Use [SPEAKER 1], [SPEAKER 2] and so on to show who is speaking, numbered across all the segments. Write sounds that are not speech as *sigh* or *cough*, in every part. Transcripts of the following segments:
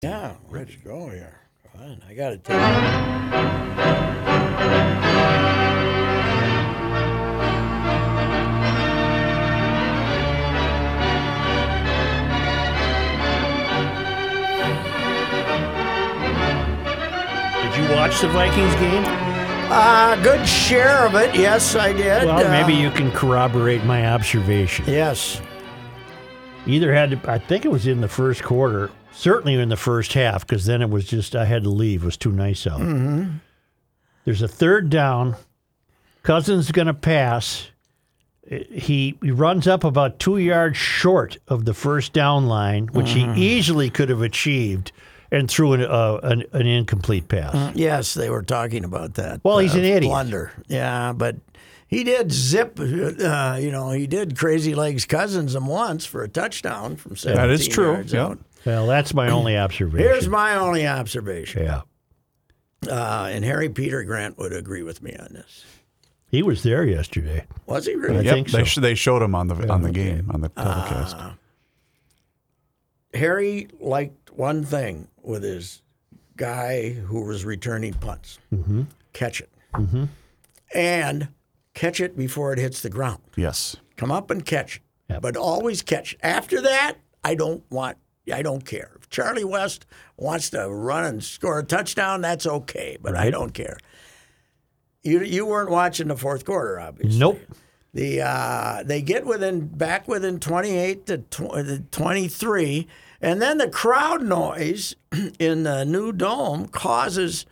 [SPEAKER 1] Yeah, ready to go here. Fine, I got to take.
[SPEAKER 2] Did you watch the Vikings game?
[SPEAKER 1] Uh, good share of it. Yes, I did.
[SPEAKER 2] Well,
[SPEAKER 1] Uh,
[SPEAKER 2] maybe you can corroborate my observation.
[SPEAKER 1] Yes.
[SPEAKER 2] Either had to, I think it was in the first quarter, certainly in the first half, because then it was just, I had to leave. It was too nice out. Mm-hmm. There's a third down. Cousins going to pass. Eh, He, he runs up about two yards short of the first down line, which
[SPEAKER 1] Mm-hmm.
[SPEAKER 2] he easily could have achieved, and threw an, uh, an, an incomplete pass.
[SPEAKER 1] Yes, they were talking about that. uh,
[SPEAKER 2] Well, he's an idiot.
[SPEAKER 1] Blunder. Yeah, but he did zip, uh, you know, he did Crazy Legs Cousins him once for a touchdown from 17
[SPEAKER 3] That is true,
[SPEAKER 1] yards
[SPEAKER 3] yeah.
[SPEAKER 1] out.
[SPEAKER 2] Well, that's
[SPEAKER 1] *clears throat*
[SPEAKER 2] my only observation.
[SPEAKER 1] Here's my only observation,
[SPEAKER 2] yeah.
[SPEAKER 1] uh, and Harry Peter Grant would agree with me on this.
[SPEAKER 2] He was there yesterday.
[SPEAKER 1] Was he really?
[SPEAKER 2] I
[SPEAKER 3] Yep,
[SPEAKER 2] think
[SPEAKER 3] they,
[SPEAKER 2] so.
[SPEAKER 3] sh- they showed him on the on the game on the telecast.
[SPEAKER 1] Ah. Harry liked one thing with his guy who was returning punts catch it. And catch it before it hits the ground.
[SPEAKER 3] yes,
[SPEAKER 1] Come up and catch it.
[SPEAKER 2] Yep.
[SPEAKER 1] But always catch it. After that, I don't want, I don't care. If Charlie West wants to run and score a touchdown, that's okay, but I don't care. You, you weren't watching the fourth quarter, obviously.
[SPEAKER 2] Nope.
[SPEAKER 1] The uh, they get within back within 28 to tw- 23, and then the crowd noise *clears throat* in the new dome causes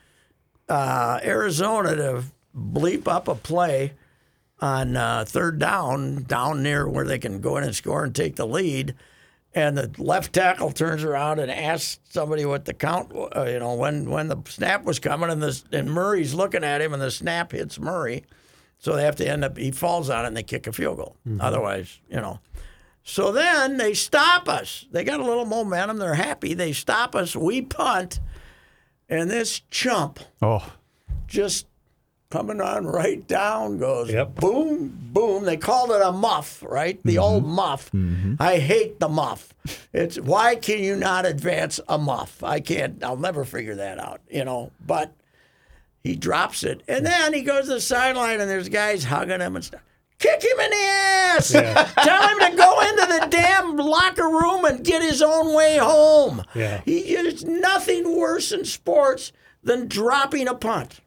[SPEAKER 1] uh, Arizona to bleep up a play on uh, third down, down near where they can go in and score and take the lead. And the left tackle turns around and asks somebody what the count, wa- uh, you know, when when the snap was coming, and the and Murray's looking at him, and the snap hits Murray, so they have to end up he falls on it and they kick a field goal. Otherwise, you know. So then they stop us. They got a little momentum. They're happy. They stop us. We punt, and this chump
[SPEAKER 3] oh,
[SPEAKER 1] just coming on right down goes
[SPEAKER 2] Yep.
[SPEAKER 1] boom boom they called it a muff right the old
[SPEAKER 2] Mm-hmm.
[SPEAKER 1] muff i hate the muff it's why can you not advance a muff i can't i'll never figure that out you know but he drops it and then he goes to the sideline and there's guys hugging him and stuff Kick him in the ass! *laughs* Tell him to go into the damn locker room and get his own way home.
[SPEAKER 2] Yeah.
[SPEAKER 1] He, there's nothing worse in sports than dropping a punt.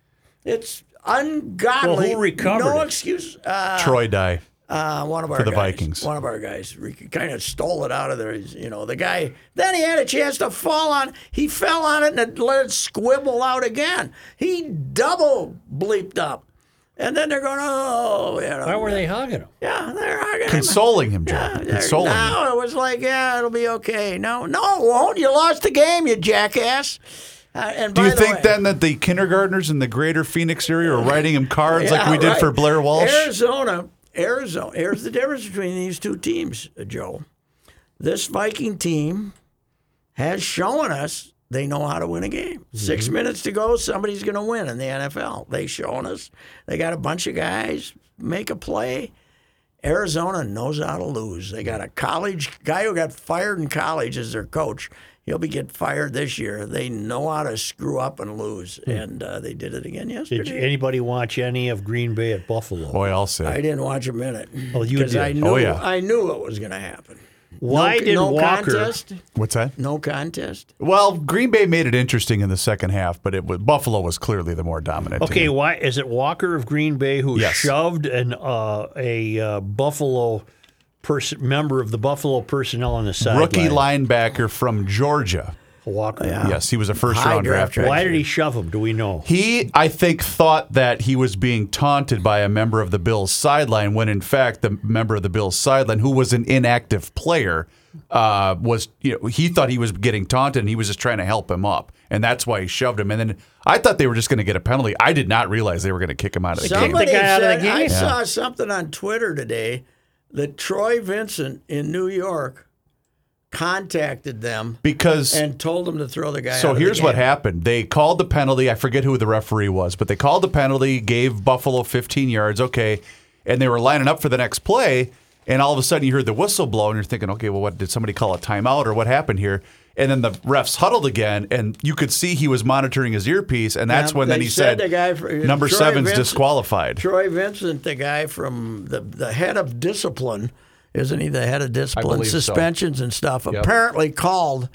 [SPEAKER 1] It's ungodly.
[SPEAKER 2] Well, who recovered
[SPEAKER 1] No
[SPEAKER 2] it?
[SPEAKER 1] excuse. Uh,
[SPEAKER 3] Troy Dye.
[SPEAKER 1] uh, one of our
[SPEAKER 3] the
[SPEAKER 1] guys,
[SPEAKER 3] Vikings.
[SPEAKER 1] One of our guys kind of stole it out of there. He's- You know, the guy. Then he had a chance to fall on. He fell on it and it let it squibble out again. He double bleeped up, and then they're going, oh, you know,
[SPEAKER 2] Why were they hugging him?
[SPEAKER 1] yeah, they're arguing.
[SPEAKER 3] Consoling him, John.
[SPEAKER 1] There-
[SPEAKER 3] Consoling him.
[SPEAKER 1] No, it was like, yeah, it'll be okay. No, no, it won't. You lost the game, you jackass. Uh, and
[SPEAKER 3] Do
[SPEAKER 1] by
[SPEAKER 3] you
[SPEAKER 1] the
[SPEAKER 3] think
[SPEAKER 1] way,
[SPEAKER 3] then that the kindergartners in the greater Phoenix area are writing him cards like we
[SPEAKER 1] Yeah,
[SPEAKER 3] did for
[SPEAKER 1] right.
[SPEAKER 3] Blair Walsh?
[SPEAKER 1] Arizona, Arizona. Here's the difference between these two teams, uh, Joe. This Viking team has shown us they know how to win a game. Six
[SPEAKER 3] Mm-hmm.
[SPEAKER 1] minutes to go, somebody's going to win in the NFL. They've shown us. They got a bunch of guys make a play. Arizona knows how to lose. They got a college guy who got fired in college as their coach. He'll be get fired this year. They know how to screw up and lose,
[SPEAKER 3] Hmm.
[SPEAKER 1] and uh, they did it again yesterday.
[SPEAKER 2] Did you- anybody watch any of Green Bay at Buffalo?
[SPEAKER 3] Boy, I'll
[SPEAKER 1] I
[SPEAKER 3] say.
[SPEAKER 1] didn't watch a minute.
[SPEAKER 2] Oh, you
[SPEAKER 1] 'Cause I
[SPEAKER 2] did.
[SPEAKER 1] knew,
[SPEAKER 3] Oh, yeah.
[SPEAKER 1] I knew it was going to happen.
[SPEAKER 2] Why
[SPEAKER 1] no,
[SPEAKER 2] did
[SPEAKER 1] no
[SPEAKER 2] Walker?
[SPEAKER 1] contest?
[SPEAKER 3] What's that?
[SPEAKER 1] No contest.
[SPEAKER 3] Well, Green Bay made it interesting in the second half, but it was, Buffalo was clearly the more dominant.
[SPEAKER 2] Okay,
[SPEAKER 3] team.
[SPEAKER 2] why is it Walker of Green Bay who
[SPEAKER 3] Yes.
[SPEAKER 2] shoved an uh, a uh, Buffalo pers- member of the Buffalo personnel on the side?
[SPEAKER 3] rookie linebacker from Georgia.
[SPEAKER 2] Walker.
[SPEAKER 3] Yes, he was a first
[SPEAKER 1] Oh. High
[SPEAKER 3] round draft
[SPEAKER 1] draft
[SPEAKER 3] pick.
[SPEAKER 2] Why did he shove him? Do we know?
[SPEAKER 3] He, I think, thought that he was being taunted by a member of the Bills' sideline when, in fact, the member of the Bills' sideline, who was an inactive player, uh, was you know he thought he was getting taunted and he was just trying to help him up, and that's why he shoved him. And then I thought they were just going to get a penalty. I did not realize they were going to kick him out of the game.
[SPEAKER 1] Somebody
[SPEAKER 2] the guy out
[SPEAKER 1] said,
[SPEAKER 2] of the
[SPEAKER 1] I
[SPEAKER 2] game.
[SPEAKER 1] saw something on Twitter today that Troy Vincent in New York contacted them
[SPEAKER 3] because
[SPEAKER 1] and told them to throw the guy out
[SPEAKER 3] So
[SPEAKER 1] of the
[SPEAKER 3] here's what
[SPEAKER 1] game.
[SPEAKER 3] happened. They called the penalty. I forget who the referee was, but they called the penalty, gave Buffalo 15 yards. Okay. And they were lining up for the next play. And all of a sudden you heard the whistle blow and you're thinking, okay, well, what did somebody call a timeout or what happened here? And then the refs huddled again, and you could see he was monitoring his earpiece. And that's
[SPEAKER 1] Yeah,
[SPEAKER 3] when then
[SPEAKER 1] they
[SPEAKER 3] he said,
[SPEAKER 1] said the guy
[SPEAKER 2] uh,
[SPEAKER 1] for-
[SPEAKER 3] number
[SPEAKER 1] Troy
[SPEAKER 3] seven's
[SPEAKER 1] Vincent-
[SPEAKER 3] disqualified.
[SPEAKER 1] Troy Vincent, the guy from the the head of discipline, isn't he? The head of discipline,
[SPEAKER 3] believe so.
[SPEAKER 1] suspensions and stuff. Apparently called,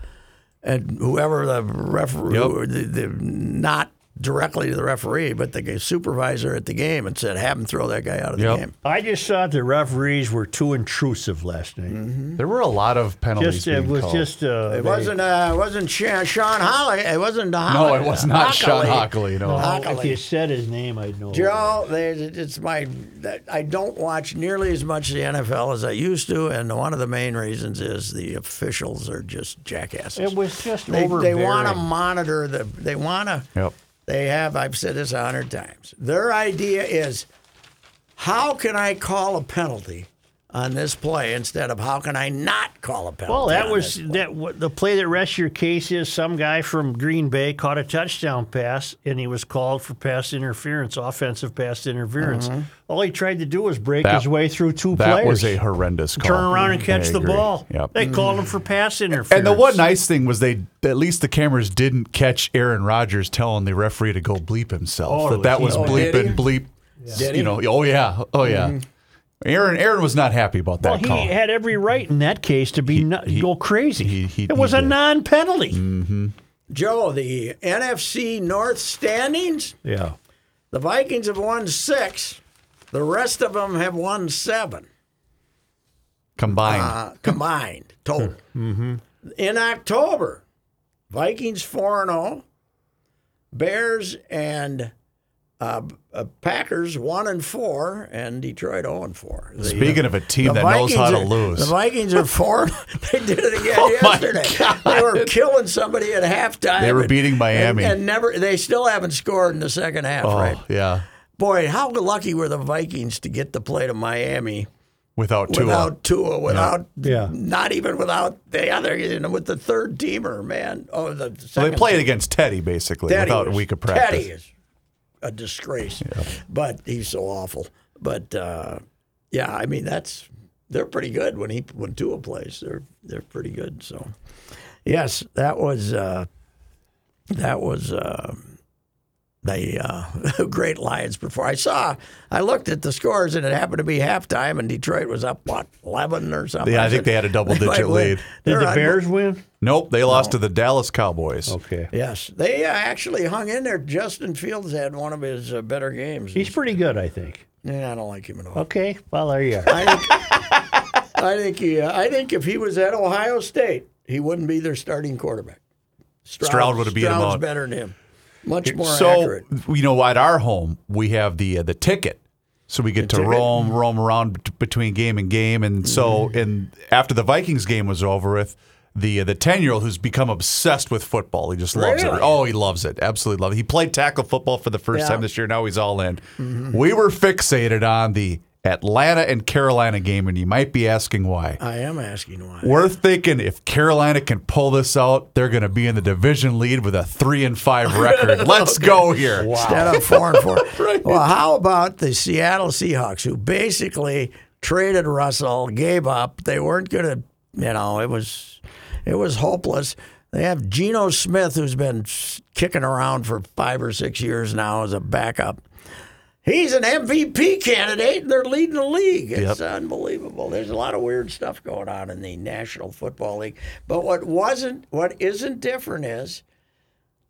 [SPEAKER 1] and whoever the referee,
[SPEAKER 3] Yep.
[SPEAKER 1] the, the not directly to the referee, but the supervisor at the game, and said, "Have him throw that guy out of the
[SPEAKER 3] Yep.
[SPEAKER 1] game."
[SPEAKER 2] I just thought the referees were too intrusive last night.
[SPEAKER 1] Mm-hmm.
[SPEAKER 3] There were a lot of penalties.
[SPEAKER 2] Just it
[SPEAKER 3] being
[SPEAKER 2] was
[SPEAKER 3] called.
[SPEAKER 2] just uh,
[SPEAKER 1] It
[SPEAKER 2] they-
[SPEAKER 1] wasn't. Uh, it wasn't Sean, Sean Holly. It wasn't the
[SPEAKER 3] No,
[SPEAKER 1] Holly.
[SPEAKER 3] it was not Sean Hockley. No.
[SPEAKER 2] Oh, if
[SPEAKER 1] Hockley.
[SPEAKER 2] you said his name, I'd know.
[SPEAKER 1] Joe, there's, it's my. I don't watch nearly as much of the NFL as I used to, and one of the main reasons is the officials are just jackasses.
[SPEAKER 2] It was just
[SPEAKER 1] they they
[SPEAKER 2] overbearing.
[SPEAKER 1] want to monitor the. They want to.
[SPEAKER 3] Yep.
[SPEAKER 1] They have. I've said this a hundred times. Their idea is, how can I call a penalty on this play instead of how can I not call a penalty?
[SPEAKER 2] Well, that
[SPEAKER 1] on
[SPEAKER 2] was
[SPEAKER 1] this?
[SPEAKER 2] that wa- the play that rests your case is some guy from Green Bay caught a touchdown pass and he was called for pass interference, offensive pass interference. All he tried to do was break
[SPEAKER 3] Mm-hmm. That-
[SPEAKER 2] his way through two
[SPEAKER 3] That
[SPEAKER 2] players,
[SPEAKER 3] was a horrendous call.
[SPEAKER 2] turn around and
[SPEAKER 3] I
[SPEAKER 2] catch the
[SPEAKER 3] agree.
[SPEAKER 2] ball.
[SPEAKER 3] Yep.
[SPEAKER 2] They called him for pass interference.
[SPEAKER 3] And the one nice thing was they at least the cameras didn't catch Aaron Rodgers telling the referee to go bleep himself.
[SPEAKER 2] Oh,
[SPEAKER 3] that that was
[SPEAKER 2] oh,
[SPEAKER 3] bleep
[SPEAKER 1] did he?
[SPEAKER 3] and bleep.
[SPEAKER 1] Did
[SPEAKER 3] You
[SPEAKER 1] he? Mm-hmm.
[SPEAKER 3] know, oh yeah, oh yeah. Aaron Aaron was not happy about
[SPEAKER 2] Well,
[SPEAKER 3] that
[SPEAKER 2] he
[SPEAKER 3] call.
[SPEAKER 2] had every right in that case to be nu- go crazy.
[SPEAKER 3] he- he-
[SPEAKER 2] it was
[SPEAKER 3] he
[SPEAKER 2] a
[SPEAKER 3] did. Mm.
[SPEAKER 2] non-penalty.
[SPEAKER 1] Joe, the NFC North standings.
[SPEAKER 2] Yeah.
[SPEAKER 1] The Vikings have won six. The rest of them have won seven
[SPEAKER 3] Combined. Mm-hmm.
[SPEAKER 1] uh, combined
[SPEAKER 3] *laughs*
[SPEAKER 1] total. In October, Vikings four and zero, Bears and uh, uh, Packers one and four, and Detroit zero and four. The,
[SPEAKER 3] Speaking of a team that knows how to
[SPEAKER 1] are-
[SPEAKER 3] lose.
[SPEAKER 1] The Vikings are four. *laughs* they did it again
[SPEAKER 3] *laughs* Oh, my
[SPEAKER 1] yesterday. They were
[SPEAKER 3] God.
[SPEAKER 1] killing somebody at halftime.
[SPEAKER 3] They were
[SPEAKER 1] and-
[SPEAKER 3] beating Miami.
[SPEAKER 1] and, and never. They still haven't scored in the second half,
[SPEAKER 3] oh
[SPEAKER 1] right?
[SPEAKER 3] yeah.
[SPEAKER 1] Boy, how lucky were the Vikings to get to play to Miami
[SPEAKER 3] Without Tua.
[SPEAKER 1] without Tua, without
[SPEAKER 2] Yeah.
[SPEAKER 1] not even without the other, you know, with the third teamer, man. Oh, the
[SPEAKER 3] well,
[SPEAKER 1] second
[SPEAKER 3] they played against Teddy basically
[SPEAKER 1] Teddy
[SPEAKER 3] without
[SPEAKER 1] was-
[SPEAKER 3] a week of practice.
[SPEAKER 1] Teddy is a disgrace, but he's so awful. But uh, yeah, I mean that's they're pretty good when he when Tua plays. They're they're pretty good. So yes, that was uh, that was. Uh, the uh, *laughs* great Lions before I saw, I looked at the scores and it happened to be halftime and Detroit was up what eleven or something.
[SPEAKER 3] Yeah, I think
[SPEAKER 1] said,
[SPEAKER 3] they had
[SPEAKER 1] *laughs*
[SPEAKER 3] a double-digit
[SPEAKER 1] might win."
[SPEAKER 3] lead. Did
[SPEAKER 2] Did
[SPEAKER 1] They're
[SPEAKER 2] the
[SPEAKER 1] un-
[SPEAKER 2] Bears win?
[SPEAKER 3] Nope, they lost to the Dallas Cowboys.
[SPEAKER 1] Oh,
[SPEAKER 2] Okay.
[SPEAKER 1] Yes, they uh, actually hung in there. Justin Fields had one of his uh, better games.
[SPEAKER 2] He's Oh. pretty good, I think.
[SPEAKER 1] Yeah, I don't like him at all.
[SPEAKER 2] Okay. Well, there you are.
[SPEAKER 1] I think, I think he. uh, I think if he was at Ohio State, he wouldn't be their starting quarterback. Stroud,
[SPEAKER 3] Stroud would have beat him
[SPEAKER 1] Stroud's
[SPEAKER 3] out.
[SPEAKER 1] better than him. Much more
[SPEAKER 3] so
[SPEAKER 1] accurate.
[SPEAKER 3] you know at our home we have the uh, the ticket so we get to
[SPEAKER 1] ticket.
[SPEAKER 3] roam roam around bet- between game and game and so
[SPEAKER 1] Mm-hmm.
[SPEAKER 3] and after the vikings game was over with the uh, the 10 year old who's become obsessed with football he just loves
[SPEAKER 1] Really?
[SPEAKER 3] it oh he loves it absolutely loves it he played tackle football for the first
[SPEAKER 1] Yeah. Mm-hmm.
[SPEAKER 3] time this year now he's all in we were fixated on the atlanta and carolina game and you might be asking why
[SPEAKER 1] I am asking why.
[SPEAKER 3] we're thinking if Carolina can pull this out, they're going to be in the division lead with a three
[SPEAKER 1] *laughs*
[SPEAKER 3] and five record. Let's go here.
[SPEAKER 1] Instead of four and four. Well, how about the Seattle Seahawks, who basically traded Russell, gave up. They weren't going to, you know, it was, it was hopeless. They have Geno Smith, who's been s- kicking around for five or six years now as a backup. He's an MVP candidate. They're leading the league. It's
[SPEAKER 3] Yep.
[SPEAKER 1] unbelievable. There's a lot of weird stuff going on in the National Football League. But what wasn't, what isn't different is,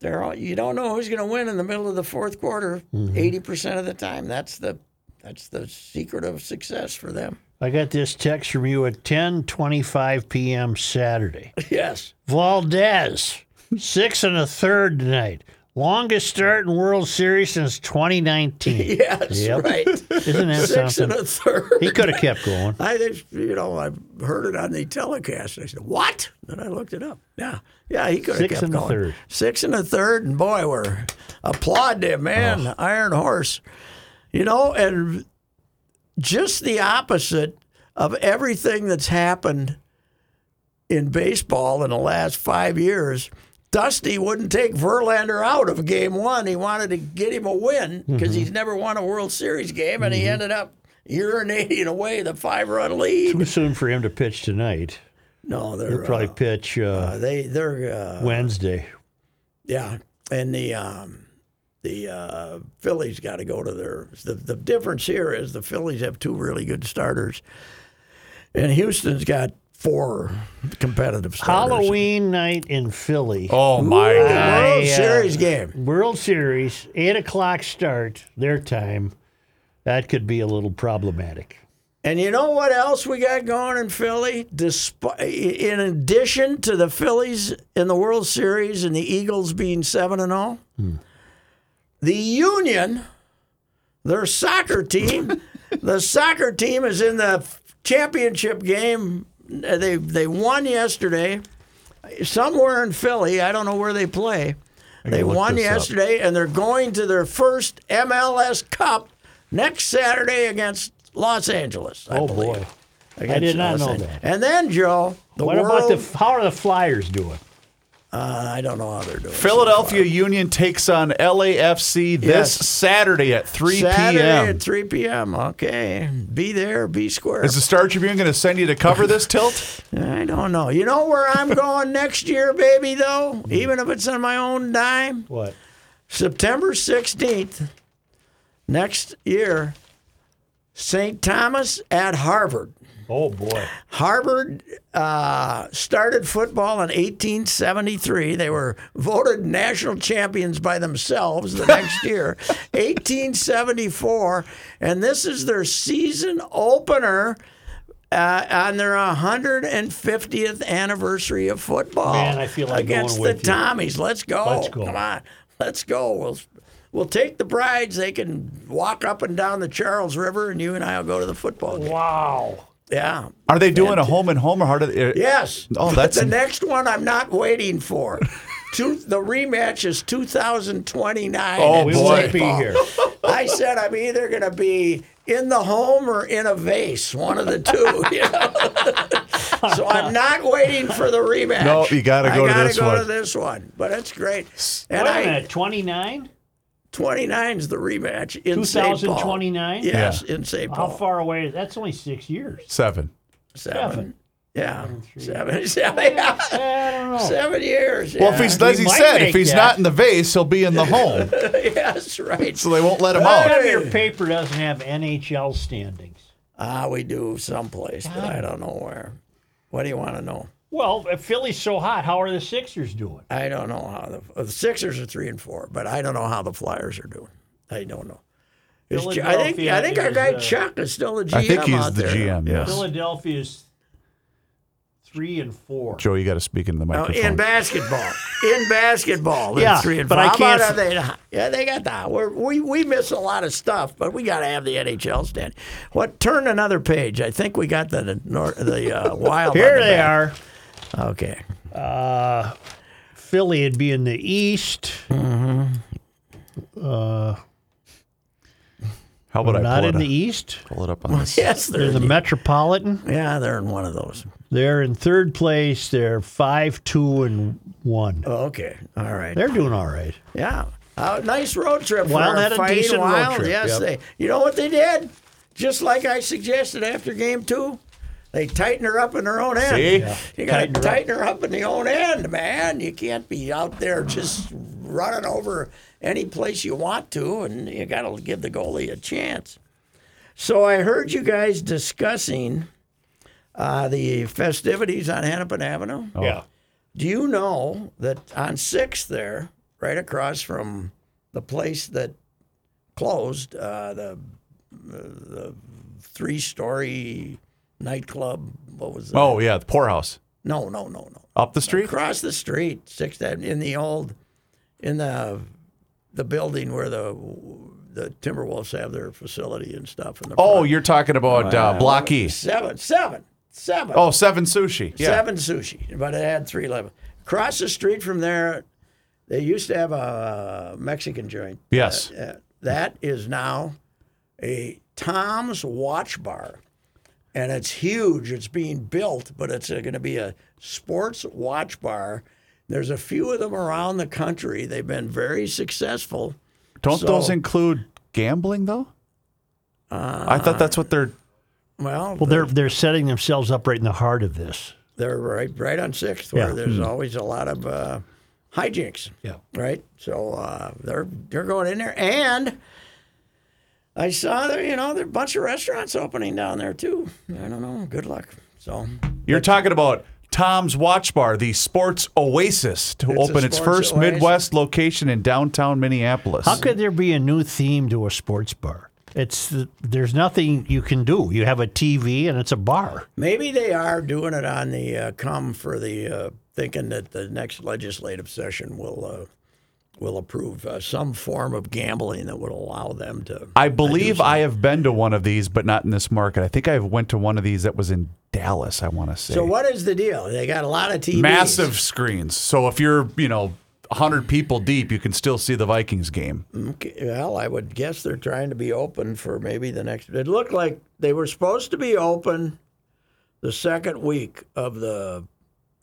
[SPEAKER 1] they're all, you don't know who's going to win in the middle of the fourth quarter
[SPEAKER 2] Mm-hmm.
[SPEAKER 1] 80 percent of the time. That's the that's the secret of success for
[SPEAKER 2] *laughs*
[SPEAKER 1] them.
[SPEAKER 2] I got this text from you at 10:25 p.m. Saturday.
[SPEAKER 1] Yes.
[SPEAKER 2] Valdez, six and a third tonight. Longest start in World Series
[SPEAKER 1] *laughs*
[SPEAKER 2] since 2019.
[SPEAKER 1] Yes.
[SPEAKER 2] Yep.
[SPEAKER 1] Right.
[SPEAKER 2] *laughs* Isn't that
[SPEAKER 1] Six and
[SPEAKER 2] something?
[SPEAKER 1] a third.
[SPEAKER 2] He could have kept going.
[SPEAKER 1] *laughs* I just, you know, I heard it on the telecast. I said, "What?" Then I looked it up. Yeah, yeah, he could have
[SPEAKER 2] Six
[SPEAKER 1] kept
[SPEAKER 2] and a
[SPEAKER 1] going.
[SPEAKER 2] third.
[SPEAKER 1] Six and a third, and boy, we're applaud him, man,
[SPEAKER 2] Oh.
[SPEAKER 1] Iron Horse. You know, and just the opposite of everything that's happened in baseball in the last five years. Dusty wouldn't take Verlander out of game one. He wanted to get him a win because he's never won a World Series game, and he ended up urinating away the five run lead.
[SPEAKER 2] Too soon for him to pitch tonight.
[SPEAKER 1] No, they're
[SPEAKER 2] He'll probably
[SPEAKER 1] uh,
[SPEAKER 2] pitch uh,
[SPEAKER 1] they they're uh,
[SPEAKER 2] Wednesday.
[SPEAKER 1] yeah, and the um, the uh, Phillies got to go to their. The, the difference here is the Phillies have two really good starters, and Houston's got four competitive starters.
[SPEAKER 2] Halloween night in Philly.
[SPEAKER 3] Oh my
[SPEAKER 1] Ooh,
[SPEAKER 3] God.
[SPEAKER 1] World
[SPEAKER 2] I, uh,
[SPEAKER 1] Series game.
[SPEAKER 2] World Series, 8 o'clock start, their time. That could be a little problematic.
[SPEAKER 1] And you know what else we got going in Philly? Despite, in addition to the Phillies in the World Series and the Eagles being seven and oh? all, the Union, their soccer
[SPEAKER 2] *laughs*
[SPEAKER 1] team, the soccer team is in the championship game. They they won yesterday, somewhere in Philly. I don't know where they play. They
[SPEAKER 3] look
[SPEAKER 1] won
[SPEAKER 3] this up.
[SPEAKER 1] yesterday, and they're going to their first MLS Cup next Saturday against Los Angeles. I
[SPEAKER 2] oh,
[SPEAKER 1] believe.
[SPEAKER 2] boy.
[SPEAKER 1] Against
[SPEAKER 2] did not
[SPEAKER 1] Los
[SPEAKER 2] know
[SPEAKER 1] Angeles.
[SPEAKER 2] that.
[SPEAKER 1] And then Joe, the
[SPEAKER 2] What
[SPEAKER 1] world.
[SPEAKER 2] about the, how are the Flyers doing?
[SPEAKER 1] uh, I don't know how they're doing.
[SPEAKER 3] Philadelphia Union takes on LAFC this
[SPEAKER 1] Yes.
[SPEAKER 3] Saturday at 3
[SPEAKER 1] Saturday
[SPEAKER 3] p.m.
[SPEAKER 1] at 3 p.m. Okay. Be there, be square.
[SPEAKER 3] Is the Star Tribune going to send you to cover this tilt?
[SPEAKER 1] I don't know. You know where I'm going next year, baby, though? Even if it's on my own dime?
[SPEAKER 2] What?
[SPEAKER 1] September 16th, next year, St. Thomas at Harvard.
[SPEAKER 2] Oh, boy.
[SPEAKER 1] Harvard uh, started football in 1873. They were voted national champions by themselves the
[SPEAKER 2] *laughs*
[SPEAKER 1] next year, 1874. And this is their season opener uh, on their 150th anniversary of football.
[SPEAKER 2] Man, I feel like
[SPEAKER 1] against
[SPEAKER 2] going
[SPEAKER 1] the
[SPEAKER 2] with you.
[SPEAKER 1] Tommies. Let's go.
[SPEAKER 2] Let's go.
[SPEAKER 1] Come on. Let's go. We'll we'll take the brides. They can walk up and down the Charles River, and you and I will go to the football game.
[SPEAKER 2] Wow.
[SPEAKER 1] Yeah.
[SPEAKER 3] Are they doing a home and home or how do they?
[SPEAKER 1] Yes.
[SPEAKER 3] Oh,
[SPEAKER 1] But
[SPEAKER 3] that's-
[SPEAKER 1] the next one I'm not waiting for. Two, the rematch is 2029.
[SPEAKER 3] Oh,
[SPEAKER 1] in
[SPEAKER 2] We won't
[SPEAKER 3] Boy.
[SPEAKER 2] be
[SPEAKER 1] Saint
[SPEAKER 2] here.
[SPEAKER 1] Paul. *laughs* I said I'm either going to be in the home or in a vase, one of the two. *laughs* you know? *laughs* so I'm not waiting for the rematch.
[SPEAKER 3] No, you gotta
[SPEAKER 1] I
[SPEAKER 3] go to
[SPEAKER 1] gotta
[SPEAKER 3] this
[SPEAKER 1] go
[SPEAKER 3] one.
[SPEAKER 1] to this one. But it's great. And
[SPEAKER 2] Wait a
[SPEAKER 1] I
[SPEAKER 2] minute, 29?
[SPEAKER 1] 29 is the rematch in St. Paul.
[SPEAKER 2] 2029?
[SPEAKER 1] Yes, in St.
[SPEAKER 2] How
[SPEAKER 1] Paul.
[SPEAKER 2] far away? That's only six years.
[SPEAKER 3] Seven.
[SPEAKER 1] Seven. Yeah. Seven. *laughs* Seven. Yeah.
[SPEAKER 2] I don't know.
[SPEAKER 1] Seven years.
[SPEAKER 3] Well,
[SPEAKER 1] yeah.
[SPEAKER 3] if he's, as
[SPEAKER 2] We
[SPEAKER 3] he
[SPEAKER 2] might
[SPEAKER 3] said,
[SPEAKER 2] make
[SPEAKER 3] if he's
[SPEAKER 2] that.
[SPEAKER 3] not in the vase, he'll be in
[SPEAKER 1] *laughs*
[SPEAKER 3] the home.
[SPEAKER 1] yes, right.
[SPEAKER 3] so they won't let him
[SPEAKER 2] How
[SPEAKER 3] out.
[SPEAKER 2] come your paper doesn't have NHL standings?
[SPEAKER 1] Ah, we do someplace, but I don't know where. What do you want to know?
[SPEAKER 2] Well, if Philly's so hot, how are the Sixers doing?
[SPEAKER 1] I don't know how the, uh, the Sixers are three and four, but I don't know how the Flyers are doing. I don't know. Is Ju- I think I think our guy
[SPEAKER 2] Philadelphia is, uh,
[SPEAKER 1] Chuck is still the GM.
[SPEAKER 3] I think he's
[SPEAKER 1] out
[SPEAKER 3] the
[SPEAKER 1] there.
[SPEAKER 3] GM, yes.
[SPEAKER 2] Philadelphia's three and four.
[SPEAKER 3] Joe, you got to speak into the
[SPEAKER 1] Oh,
[SPEAKER 3] microphone.
[SPEAKER 1] in basketball, in basketball, they're
[SPEAKER 2] Yeah,
[SPEAKER 1] three and
[SPEAKER 2] but
[SPEAKER 1] four.
[SPEAKER 2] I
[SPEAKER 1] How about
[SPEAKER 2] can't-
[SPEAKER 1] are they? Yeah, they got that. We're, we we miss a lot of stuff, but we got to have the NHL stand. What? Turn another page. I think we got the the, nor- the uh, *laughs* wild. on
[SPEAKER 2] Here
[SPEAKER 1] the
[SPEAKER 2] they
[SPEAKER 1] back.
[SPEAKER 2] are.
[SPEAKER 1] Okay.
[SPEAKER 2] Philly would be in the East.
[SPEAKER 3] How about I pull
[SPEAKER 2] Not
[SPEAKER 3] it,
[SPEAKER 2] in
[SPEAKER 3] up,
[SPEAKER 2] the e- East.
[SPEAKER 3] pull it up on
[SPEAKER 1] *laughs*
[SPEAKER 3] this?
[SPEAKER 1] Yes,
[SPEAKER 2] They're
[SPEAKER 1] they're
[SPEAKER 2] the Metropolitan.
[SPEAKER 1] yeah, they're in one of those.
[SPEAKER 2] They're in third place. They're five, two, and one.
[SPEAKER 1] Oh, okay, all right.
[SPEAKER 2] They're doing all right.
[SPEAKER 1] yeah, Uh, nice road trip. for
[SPEAKER 2] Wild
[SPEAKER 1] our
[SPEAKER 2] had a
[SPEAKER 1] fighting
[SPEAKER 2] decent road
[SPEAKER 1] wild.
[SPEAKER 2] trip,
[SPEAKER 1] Yes,
[SPEAKER 2] yep.
[SPEAKER 1] they. You know what they did? Just like I suggested after game two, they tightened her up in her own end.
[SPEAKER 3] See? Yeah.
[SPEAKER 1] You got to
[SPEAKER 2] Tightened her up.
[SPEAKER 1] tighten her up in the own end, man. You can't be out there just running over any place you want to, and you got to give the goalie a chance. So I heard you guys discussing uh, the festivities on Hennepin Avenue.
[SPEAKER 2] Yeah.
[SPEAKER 1] Do you know that on Sixth there, right across from the place that closed, uh, the the three story nightclub? What was that?
[SPEAKER 3] Oh yeah, the poorhouse
[SPEAKER 1] no, no, no, no.
[SPEAKER 3] up the street.
[SPEAKER 1] Across the street, Sixth Avenue, in the old, in the the building where the the Timberwolves have their facility and stuff. In the
[SPEAKER 3] Oh,
[SPEAKER 1] front.
[SPEAKER 3] you're talking about uh, Block E.
[SPEAKER 1] seven, seven, seven.
[SPEAKER 3] Oh, Seven Sushi. Yeah.
[SPEAKER 1] Seven sushi, but it had three levels. Across the street from there, they used to have a Mexican joint.
[SPEAKER 3] Yes.
[SPEAKER 1] Uh, that is now a Tom's Watch Bar, and it's huge. It's being built, but it's going to be a sports watch bar. There's a few of them around the country. They've been very successful.
[SPEAKER 3] Don't
[SPEAKER 1] So-
[SPEAKER 3] those include gambling though? I thought that's what they're.
[SPEAKER 1] Well,
[SPEAKER 2] Well, they're they're setting themselves up right in the heart of this.
[SPEAKER 1] they're right right on sixth where
[SPEAKER 2] Yeah.
[SPEAKER 1] there's
[SPEAKER 3] Hmm.
[SPEAKER 1] always a lot of uh, hijinks.
[SPEAKER 2] Yeah.
[SPEAKER 1] Right. So uh, they're they're going in there, and I saw there you know there are a bunch of restaurants opening down there too. I don't know. Good luck. So
[SPEAKER 3] You're talking about Tom's Watch Bar, the sports oasis, to
[SPEAKER 1] It's a
[SPEAKER 3] open its
[SPEAKER 1] sports
[SPEAKER 3] first
[SPEAKER 1] oasis.
[SPEAKER 3] Midwest location in downtown Minneapolis.
[SPEAKER 2] How could there be a new theme to a sports bar? It's there's nothing you can do. You have a TV and it's a bar.
[SPEAKER 1] maybe they are doing it on the uh, come for the uh, thinking that the next legislative session will. Uh, Will approve uh, some form of gambling that would allow them to.
[SPEAKER 3] I believe I, have been to one of these, but not in this market. I think I went to one of these that was in Dallas. I want to say.
[SPEAKER 1] So what is the deal? They got a lot of TVs.
[SPEAKER 3] Massive screens. So if you're, you know, 100 people deep, you can still see the Vikings game.
[SPEAKER 1] Okay, Well, I would guess they're trying to be open for maybe the next. It looked like they were supposed to be open the second week of the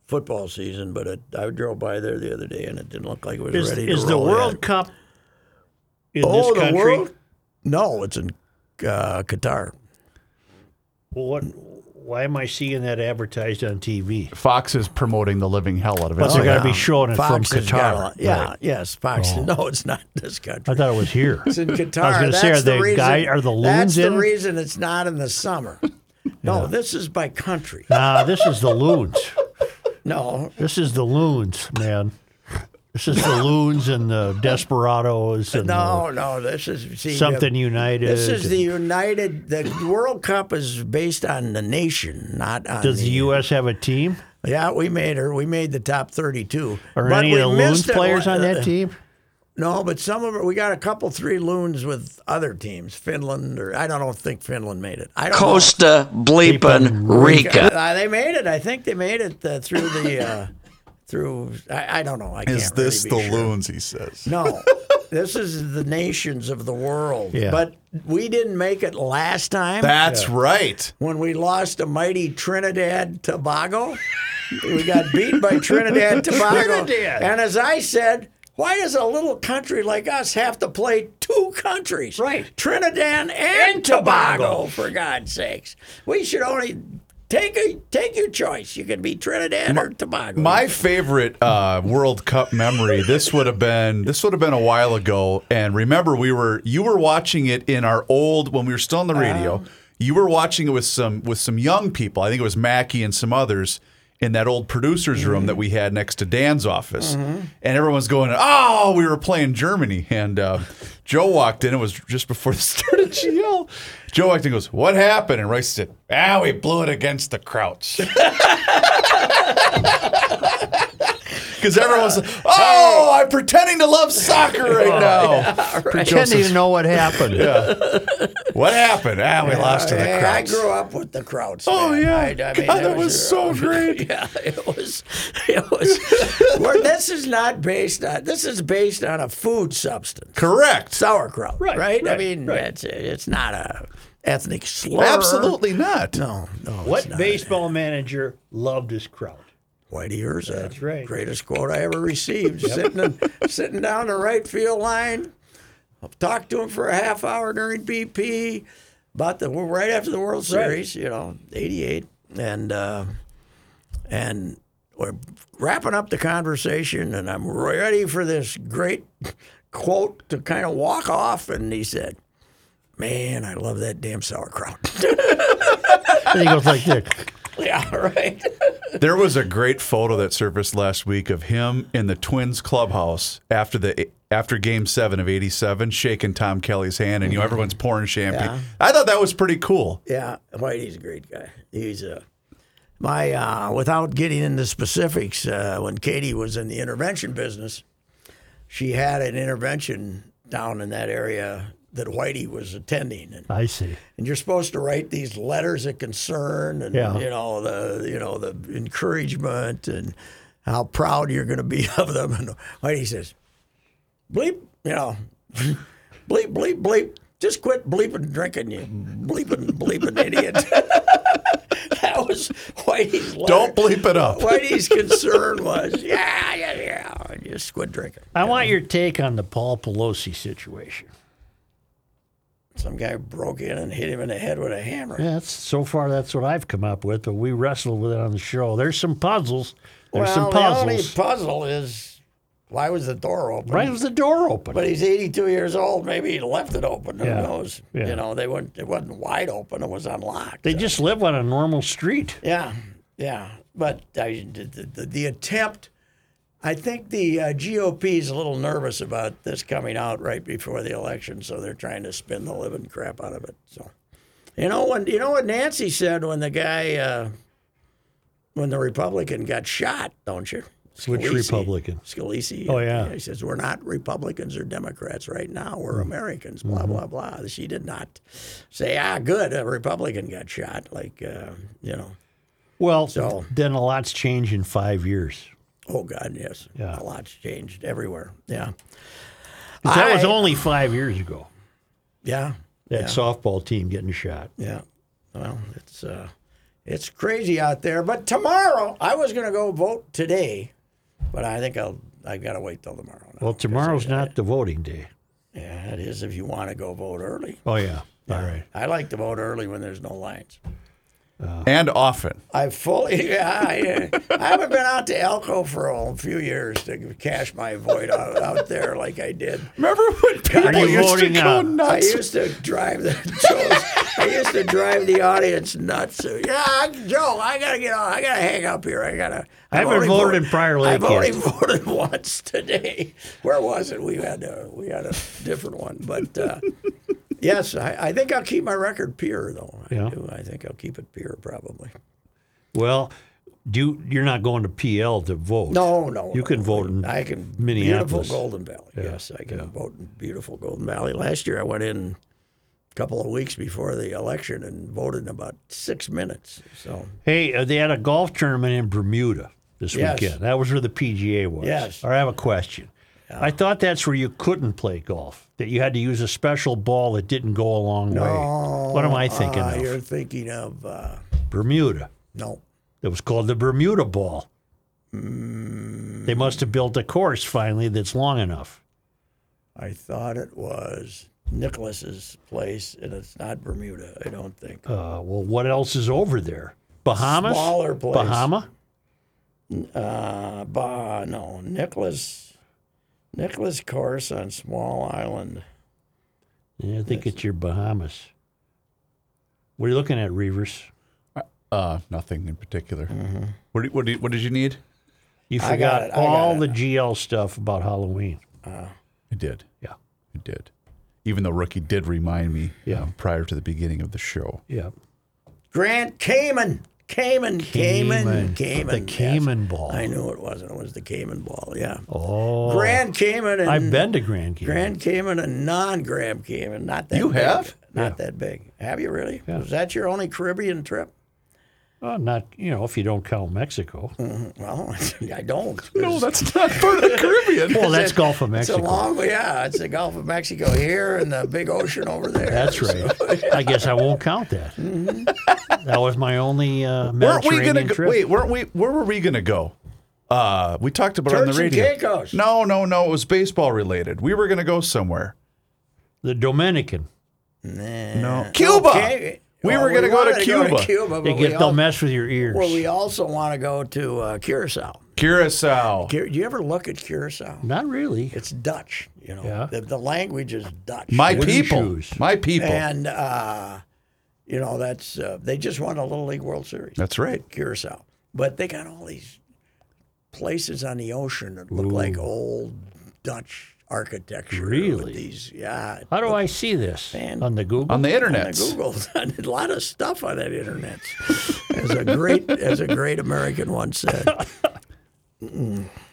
[SPEAKER 1] football season, but it, I drove by there the other day and it didn't look like it was
[SPEAKER 2] Is,
[SPEAKER 1] ready.
[SPEAKER 2] is
[SPEAKER 1] to
[SPEAKER 2] the
[SPEAKER 1] roll
[SPEAKER 2] World
[SPEAKER 1] yet.
[SPEAKER 2] Cup in
[SPEAKER 1] Oh,
[SPEAKER 2] this
[SPEAKER 1] the
[SPEAKER 2] country?
[SPEAKER 1] World? No, it's in uh, Qatar.
[SPEAKER 2] Well, what, why am I seeing that advertised on TV?
[SPEAKER 3] Fox is promoting the living hell out of it.
[SPEAKER 2] But
[SPEAKER 1] Oh,
[SPEAKER 2] they're
[SPEAKER 3] yeah.
[SPEAKER 2] going to be showing it
[SPEAKER 1] Fox
[SPEAKER 2] from
[SPEAKER 1] has got a
[SPEAKER 2] Qatar.
[SPEAKER 1] lot- yeah,
[SPEAKER 2] Right. Oh.
[SPEAKER 1] yes, Fox. No, it's not this country.
[SPEAKER 2] I thought it was here.
[SPEAKER 1] It's in Qatar.
[SPEAKER 2] *laughs* I was going to
[SPEAKER 1] that's
[SPEAKER 2] say, are the,
[SPEAKER 1] reason,
[SPEAKER 2] guy are the
[SPEAKER 1] That's
[SPEAKER 2] loons
[SPEAKER 1] the
[SPEAKER 2] in?
[SPEAKER 1] reason it's not in the
[SPEAKER 2] *laughs*
[SPEAKER 1] summer. No, this is by country.
[SPEAKER 2] Nah, this is the loons.
[SPEAKER 1] No,
[SPEAKER 2] This is the loons, man. This
[SPEAKER 1] *laughs*
[SPEAKER 2] is the loons and the desperados and
[SPEAKER 1] No, no, this is see,
[SPEAKER 2] the something
[SPEAKER 1] the-
[SPEAKER 2] united.
[SPEAKER 1] This is the
[SPEAKER 2] and-
[SPEAKER 1] United. The World Cup is based on the nation, not on.
[SPEAKER 2] Does
[SPEAKER 1] the,
[SPEAKER 2] the U.S. have a team?
[SPEAKER 1] Yeah, we made her. We made the top thirty-two.
[SPEAKER 2] Are
[SPEAKER 1] But
[SPEAKER 2] any of
[SPEAKER 1] we
[SPEAKER 2] the loons
[SPEAKER 1] missed it-
[SPEAKER 2] players on that team?
[SPEAKER 1] No, but some of it. We got a couple, three loons with other teams. Finland, or I don't know, think Finland made it. I don't know.
[SPEAKER 4] Costa bleepin' Rica.
[SPEAKER 1] Uh, they made it. I think they made it uh, through the. Uh, through I, I don't know. I
[SPEAKER 5] Is
[SPEAKER 1] can't
[SPEAKER 5] this
[SPEAKER 1] really be
[SPEAKER 5] the
[SPEAKER 1] sure.
[SPEAKER 5] loons? He says.
[SPEAKER 1] No, this is the nations of the world.
[SPEAKER 2] Yeah.
[SPEAKER 1] But we didn't make it last time
[SPEAKER 5] That's right.
[SPEAKER 1] when we lost to mighty Trinidad Tobago. we got beat by
[SPEAKER 2] *laughs*
[SPEAKER 1] Trinidad Tobago.
[SPEAKER 2] Trinidad.
[SPEAKER 1] And as I said, why does a little country like us have to play two countries?
[SPEAKER 2] Right.
[SPEAKER 1] Trinidad and, Tobago, for God's sakes. We should only take a take your choice. You can be Trinidad or Tobago.
[SPEAKER 3] My favorite uh, World Cup memory. This would have been this would have been a while ago. And remember, we were you were watching it in our old when we were still on the radio. you were watching it with some with some young people. I think it was Mackie and some others in that old producers room that we had next to Dan's office. And everyone's going, "Oh, we were playing Germany." And uh, Joe walked in. It was just before *laughs* the start of GL. Joe walked in, and goes, "What happened?" And Rice said, "Ah, we blew it against the Krauts." Because everyone's *laughs* like, oh, I'm pretending to love soccer right now.
[SPEAKER 2] Pretend you know what *laughs* happened.
[SPEAKER 3] *laughs* What happened? Ah, we lost to the
[SPEAKER 1] Hey, I
[SPEAKER 3] Krauts.
[SPEAKER 1] grew up with the crowds.
[SPEAKER 3] Oh,
[SPEAKER 1] man.
[SPEAKER 3] yeah.
[SPEAKER 1] I, I mean,
[SPEAKER 3] God, that
[SPEAKER 1] *laughs*
[SPEAKER 3] was so great.
[SPEAKER 1] Yeah, it was. It was. well, this is not based on. This is based on a food substance,
[SPEAKER 3] Correct.
[SPEAKER 1] sauerkraut. Right. Right. I
[SPEAKER 2] right,
[SPEAKER 1] mean, it's it's not a ethnic slur.
[SPEAKER 3] Absolutely not.
[SPEAKER 1] No. No.
[SPEAKER 2] What
[SPEAKER 1] It's not.
[SPEAKER 2] baseball manager loved his crowd?
[SPEAKER 1] Whitey Urza. That's
[SPEAKER 2] right.
[SPEAKER 1] uh, Greatest quote I ever *laughs* received. sitting in, sitting down the right field line. Talked to him for a half hour during BP about the right after the World Series, you know, '88, and uh, and we're wrapping up the conversation, and I'm ready for this great quote to kind of walk off. And he said, Man, I love that damn sauerkraut. *laughs*
[SPEAKER 2] And he goes like this.
[SPEAKER 1] yeah, right.
[SPEAKER 3] There was a great photo that surfaced last week of him in the Twins clubhouse after the after Game Seven of '87, shaking Tom Kelly's hand, and you know everyone's pouring champagne. I thought that was pretty cool.
[SPEAKER 1] Yeah, Whitey's a great guy. He's a my uh, without getting into specifics. Uh, when Katie was in the intervention business, she had an intervention down in that area that Whitey was attending, and,
[SPEAKER 2] I see.
[SPEAKER 1] and you're supposed to write these letters of concern and
[SPEAKER 2] Yeah.
[SPEAKER 1] you know the you know the encouragement and how proud you're going to be *laughs* of them. And Whitey says, "Bleep, you know, *laughs* bleep, bleep, bleep." Just quit bleeping drinking, you bleeping, bleeping idiot. *laughs* that was Whitey's letter.
[SPEAKER 3] Don't bleep it up.
[SPEAKER 1] Whitey's concern was, yeah, yeah, yeah, just quit drinking.
[SPEAKER 2] I want your take on the Paul Pelosi situation.
[SPEAKER 1] Some guy broke in and hit him in the head with a hammer.
[SPEAKER 2] Yeah, That's so far. That's what I've come up with, but we wrestled with it on the show. There's some puzzles. There's
[SPEAKER 1] well,
[SPEAKER 2] some
[SPEAKER 1] the only
[SPEAKER 2] puzzles.
[SPEAKER 1] puzzle is why was the door open?
[SPEAKER 2] right, it was the door open.
[SPEAKER 1] But he's 82 years old. Maybe he left it open. Who
[SPEAKER 2] Yeah.
[SPEAKER 1] knows?
[SPEAKER 2] Yeah.
[SPEAKER 1] You know, they weren't. It wasn't wide open. It was unlocked.
[SPEAKER 2] they just live on a normal street.
[SPEAKER 1] Yeah, yeah. But I, the, the, the attempt, I think the uh, GOP is a little nervous about this coming out right before the election, so they're trying to spin the living crap out of it. So, you know when you know what Nancy said when the guy, uh, when the Republican got shot, don't you?
[SPEAKER 2] Which
[SPEAKER 1] Scalise.
[SPEAKER 2] Republican?
[SPEAKER 1] Scalise.
[SPEAKER 2] Oh, yeah.
[SPEAKER 1] He says we're not Republicans or Democrats right now. We're
[SPEAKER 2] Mm-hmm.
[SPEAKER 1] Americans. Blah blah blah. She did not say ah good a Republican got shot like uh, you know.
[SPEAKER 2] Well,
[SPEAKER 1] So-
[SPEAKER 2] then a lot's changed in five years.
[SPEAKER 1] Oh God, yes.
[SPEAKER 2] Yeah.
[SPEAKER 1] A lot's changed everywhere. Yeah.
[SPEAKER 2] 'Cause that was
[SPEAKER 1] I-
[SPEAKER 2] only five years ago.
[SPEAKER 1] Yeah.
[SPEAKER 2] That softball team getting shot.
[SPEAKER 1] Yeah. Well, it's uh it's crazy out there. But tomorrow I was gonna go vote today, but I think I'll I gotta wait till tomorrow. now.
[SPEAKER 2] Well, tomorrow's not the voting day.
[SPEAKER 1] Yeah, it is if you wanna go vote early.
[SPEAKER 2] Oh yeah. All right.
[SPEAKER 1] I like to vote early when there's no lines.
[SPEAKER 3] And often,
[SPEAKER 1] I fully, *laughs* yeah, I, I haven't been out to Elko for a few years to cash my void out, out there like I did.
[SPEAKER 3] remember when people
[SPEAKER 2] you
[SPEAKER 3] used to
[SPEAKER 2] voting
[SPEAKER 3] go
[SPEAKER 2] out?
[SPEAKER 1] I
[SPEAKER 3] nuts?
[SPEAKER 1] used to drive the Joe's, I used to drive the audience nuts. Yeah, I, Joe, I gotta get on. I gotta hang up here. I gotta.
[SPEAKER 2] I
[SPEAKER 1] I've
[SPEAKER 2] haven't
[SPEAKER 1] already
[SPEAKER 2] voted in Prior Lake
[SPEAKER 1] I've already
[SPEAKER 2] yet.
[SPEAKER 1] voted *laughs* once today. Where was it? We had a we had a different one, but uh, yes, I, I think I'll keep my record pure though. I
[SPEAKER 2] Yeah.
[SPEAKER 1] do. I think I'll keep it pure probably.
[SPEAKER 2] Well, do you're not going to PL to vote?
[SPEAKER 1] No, no.
[SPEAKER 2] You
[SPEAKER 1] no.
[SPEAKER 2] can vote in
[SPEAKER 1] I can
[SPEAKER 2] Minneapolis.
[SPEAKER 1] Beautiful Golden Valley. Yes, I can vote in beautiful Golden Valley. Last year, I went in a couple of weeks before the election and voted in about six minutes. So
[SPEAKER 2] Hey, uh, they had a golf tournament in Bermuda this
[SPEAKER 1] Yes.
[SPEAKER 2] weekend. That was where the PGA was.
[SPEAKER 1] Yes.
[SPEAKER 2] All right, I have a question. I thought that's where you couldn't play golf, that you had to use a special ball that didn't go a long way. What am I thinking
[SPEAKER 1] uh,
[SPEAKER 2] of?
[SPEAKER 1] you're thinking of uh,
[SPEAKER 2] Bermuda.
[SPEAKER 1] no.
[SPEAKER 2] It was called the Bermuda Ball.
[SPEAKER 1] Mm.
[SPEAKER 2] They must have built a course finally that's long enough.
[SPEAKER 1] I thought it was Nicholas's place, and it's not Bermuda. I don't think.
[SPEAKER 2] Uh, well, what else is over there? Bahamas?
[SPEAKER 1] Smaller place.
[SPEAKER 2] Bahama?
[SPEAKER 1] Uh, bah, no, Nicholas. Nicholas course on small island.
[SPEAKER 2] Yeah, I think it's your Bahamas. What are you looking at, Reavers?
[SPEAKER 3] Uh, nothing in particular. What, do you- what, do you- what did you need?
[SPEAKER 2] You
[SPEAKER 1] I got
[SPEAKER 2] forgot
[SPEAKER 1] it, I got
[SPEAKER 2] all
[SPEAKER 1] it.
[SPEAKER 2] the GL stuff about Halloween.
[SPEAKER 3] I did.
[SPEAKER 2] Yeah.
[SPEAKER 3] I did. Even though Rookie did remind me
[SPEAKER 2] Yeah.
[SPEAKER 3] uh, prior to the beginning of the show.
[SPEAKER 2] Yeah.
[SPEAKER 1] Grant Cayman. Cayman, Cayman,
[SPEAKER 2] Cayman.
[SPEAKER 1] Cayman.
[SPEAKER 2] The
[SPEAKER 1] yes.
[SPEAKER 2] Cayman ball.
[SPEAKER 1] I knew it wasn't. It was the Cayman ball, yeah.
[SPEAKER 2] Oh.
[SPEAKER 1] Grand Cayman and
[SPEAKER 2] I've been to Grand Cayman.
[SPEAKER 1] Grand Cayman and non-Grand Cayman. Not that
[SPEAKER 3] You
[SPEAKER 1] big.
[SPEAKER 3] have?
[SPEAKER 1] Not that big. Have you really?
[SPEAKER 2] Yeah.
[SPEAKER 1] Was that your only Caribbean trip?
[SPEAKER 2] Oh, not, you know, if you don't
[SPEAKER 1] *laughs*
[SPEAKER 2] count Mexico.
[SPEAKER 1] Well, I don't.
[SPEAKER 2] *laughs*
[SPEAKER 3] No, that's not part of the Caribbean.
[SPEAKER 2] Well, that's Gulf of
[SPEAKER 1] It's a
[SPEAKER 2] Mexico.
[SPEAKER 1] long way. Yeah, it's the Gulf of Mexico here and the big ocean over there.
[SPEAKER 2] That's right. I guess I won't count that.
[SPEAKER 1] Mm-hmm.
[SPEAKER 2] That was my only uh,
[SPEAKER 3] weren't we
[SPEAKER 2] Mediterranean
[SPEAKER 3] gonna go,
[SPEAKER 2] trip.
[SPEAKER 3] wait? Weren't we? Where were we gonna go? Uh, we talked about it on
[SPEAKER 1] Turks
[SPEAKER 3] the
[SPEAKER 1] and
[SPEAKER 3] radio.
[SPEAKER 1] Caicos.
[SPEAKER 3] No, no, no. It was baseball related. We were gonna go somewhere.
[SPEAKER 2] The Dominican.
[SPEAKER 3] No, Cuba.
[SPEAKER 1] Okay.
[SPEAKER 3] We were
[SPEAKER 1] Well,
[SPEAKER 3] going to go
[SPEAKER 1] wanted
[SPEAKER 3] to Cuba.
[SPEAKER 1] Cuba,
[SPEAKER 2] They
[SPEAKER 1] but
[SPEAKER 2] get,
[SPEAKER 1] we
[SPEAKER 2] they'll
[SPEAKER 1] al-
[SPEAKER 2] mess with your ears.
[SPEAKER 1] well, we also want to go to uh, Curacao.
[SPEAKER 3] Curacao.
[SPEAKER 1] Cur- Do you ever look at Curacao?
[SPEAKER 2] Not really.
[SPEAKER 1] It's Dutch, you know.
[SPEAKER 2] Yeah.
[SPEAKER 1] The, the language is Dutch.
[SPEAKER 3] My
[SPEAKER 2] Wooden
[SPEAKER 3] people.
[SPEAKER 2] shoes.
[SPEAKER 3] My people.
[SPEAKER 1] and uh, you know that's uh, they just won a Little League World Series.
[SPEAKER 3] That's right.
[SPEAKER 1] Curacao, but they got all these places on the ocean that look like old Dutch architecture. with
[SPEAKER 2] Really?
[SPEAKER 1] These, yeah.
[SPEAKER 2] How do I see this
[SPEAKER 1] Man.
[SPEAKER 2] on the Google?
[SPEAKER 3] On the
[SPEAKER 1] And I
[SPEAKER 3] internet.
[SPEAKER 1] googled *laughs* a lot of stuff on that internet, as a great as a great American once said.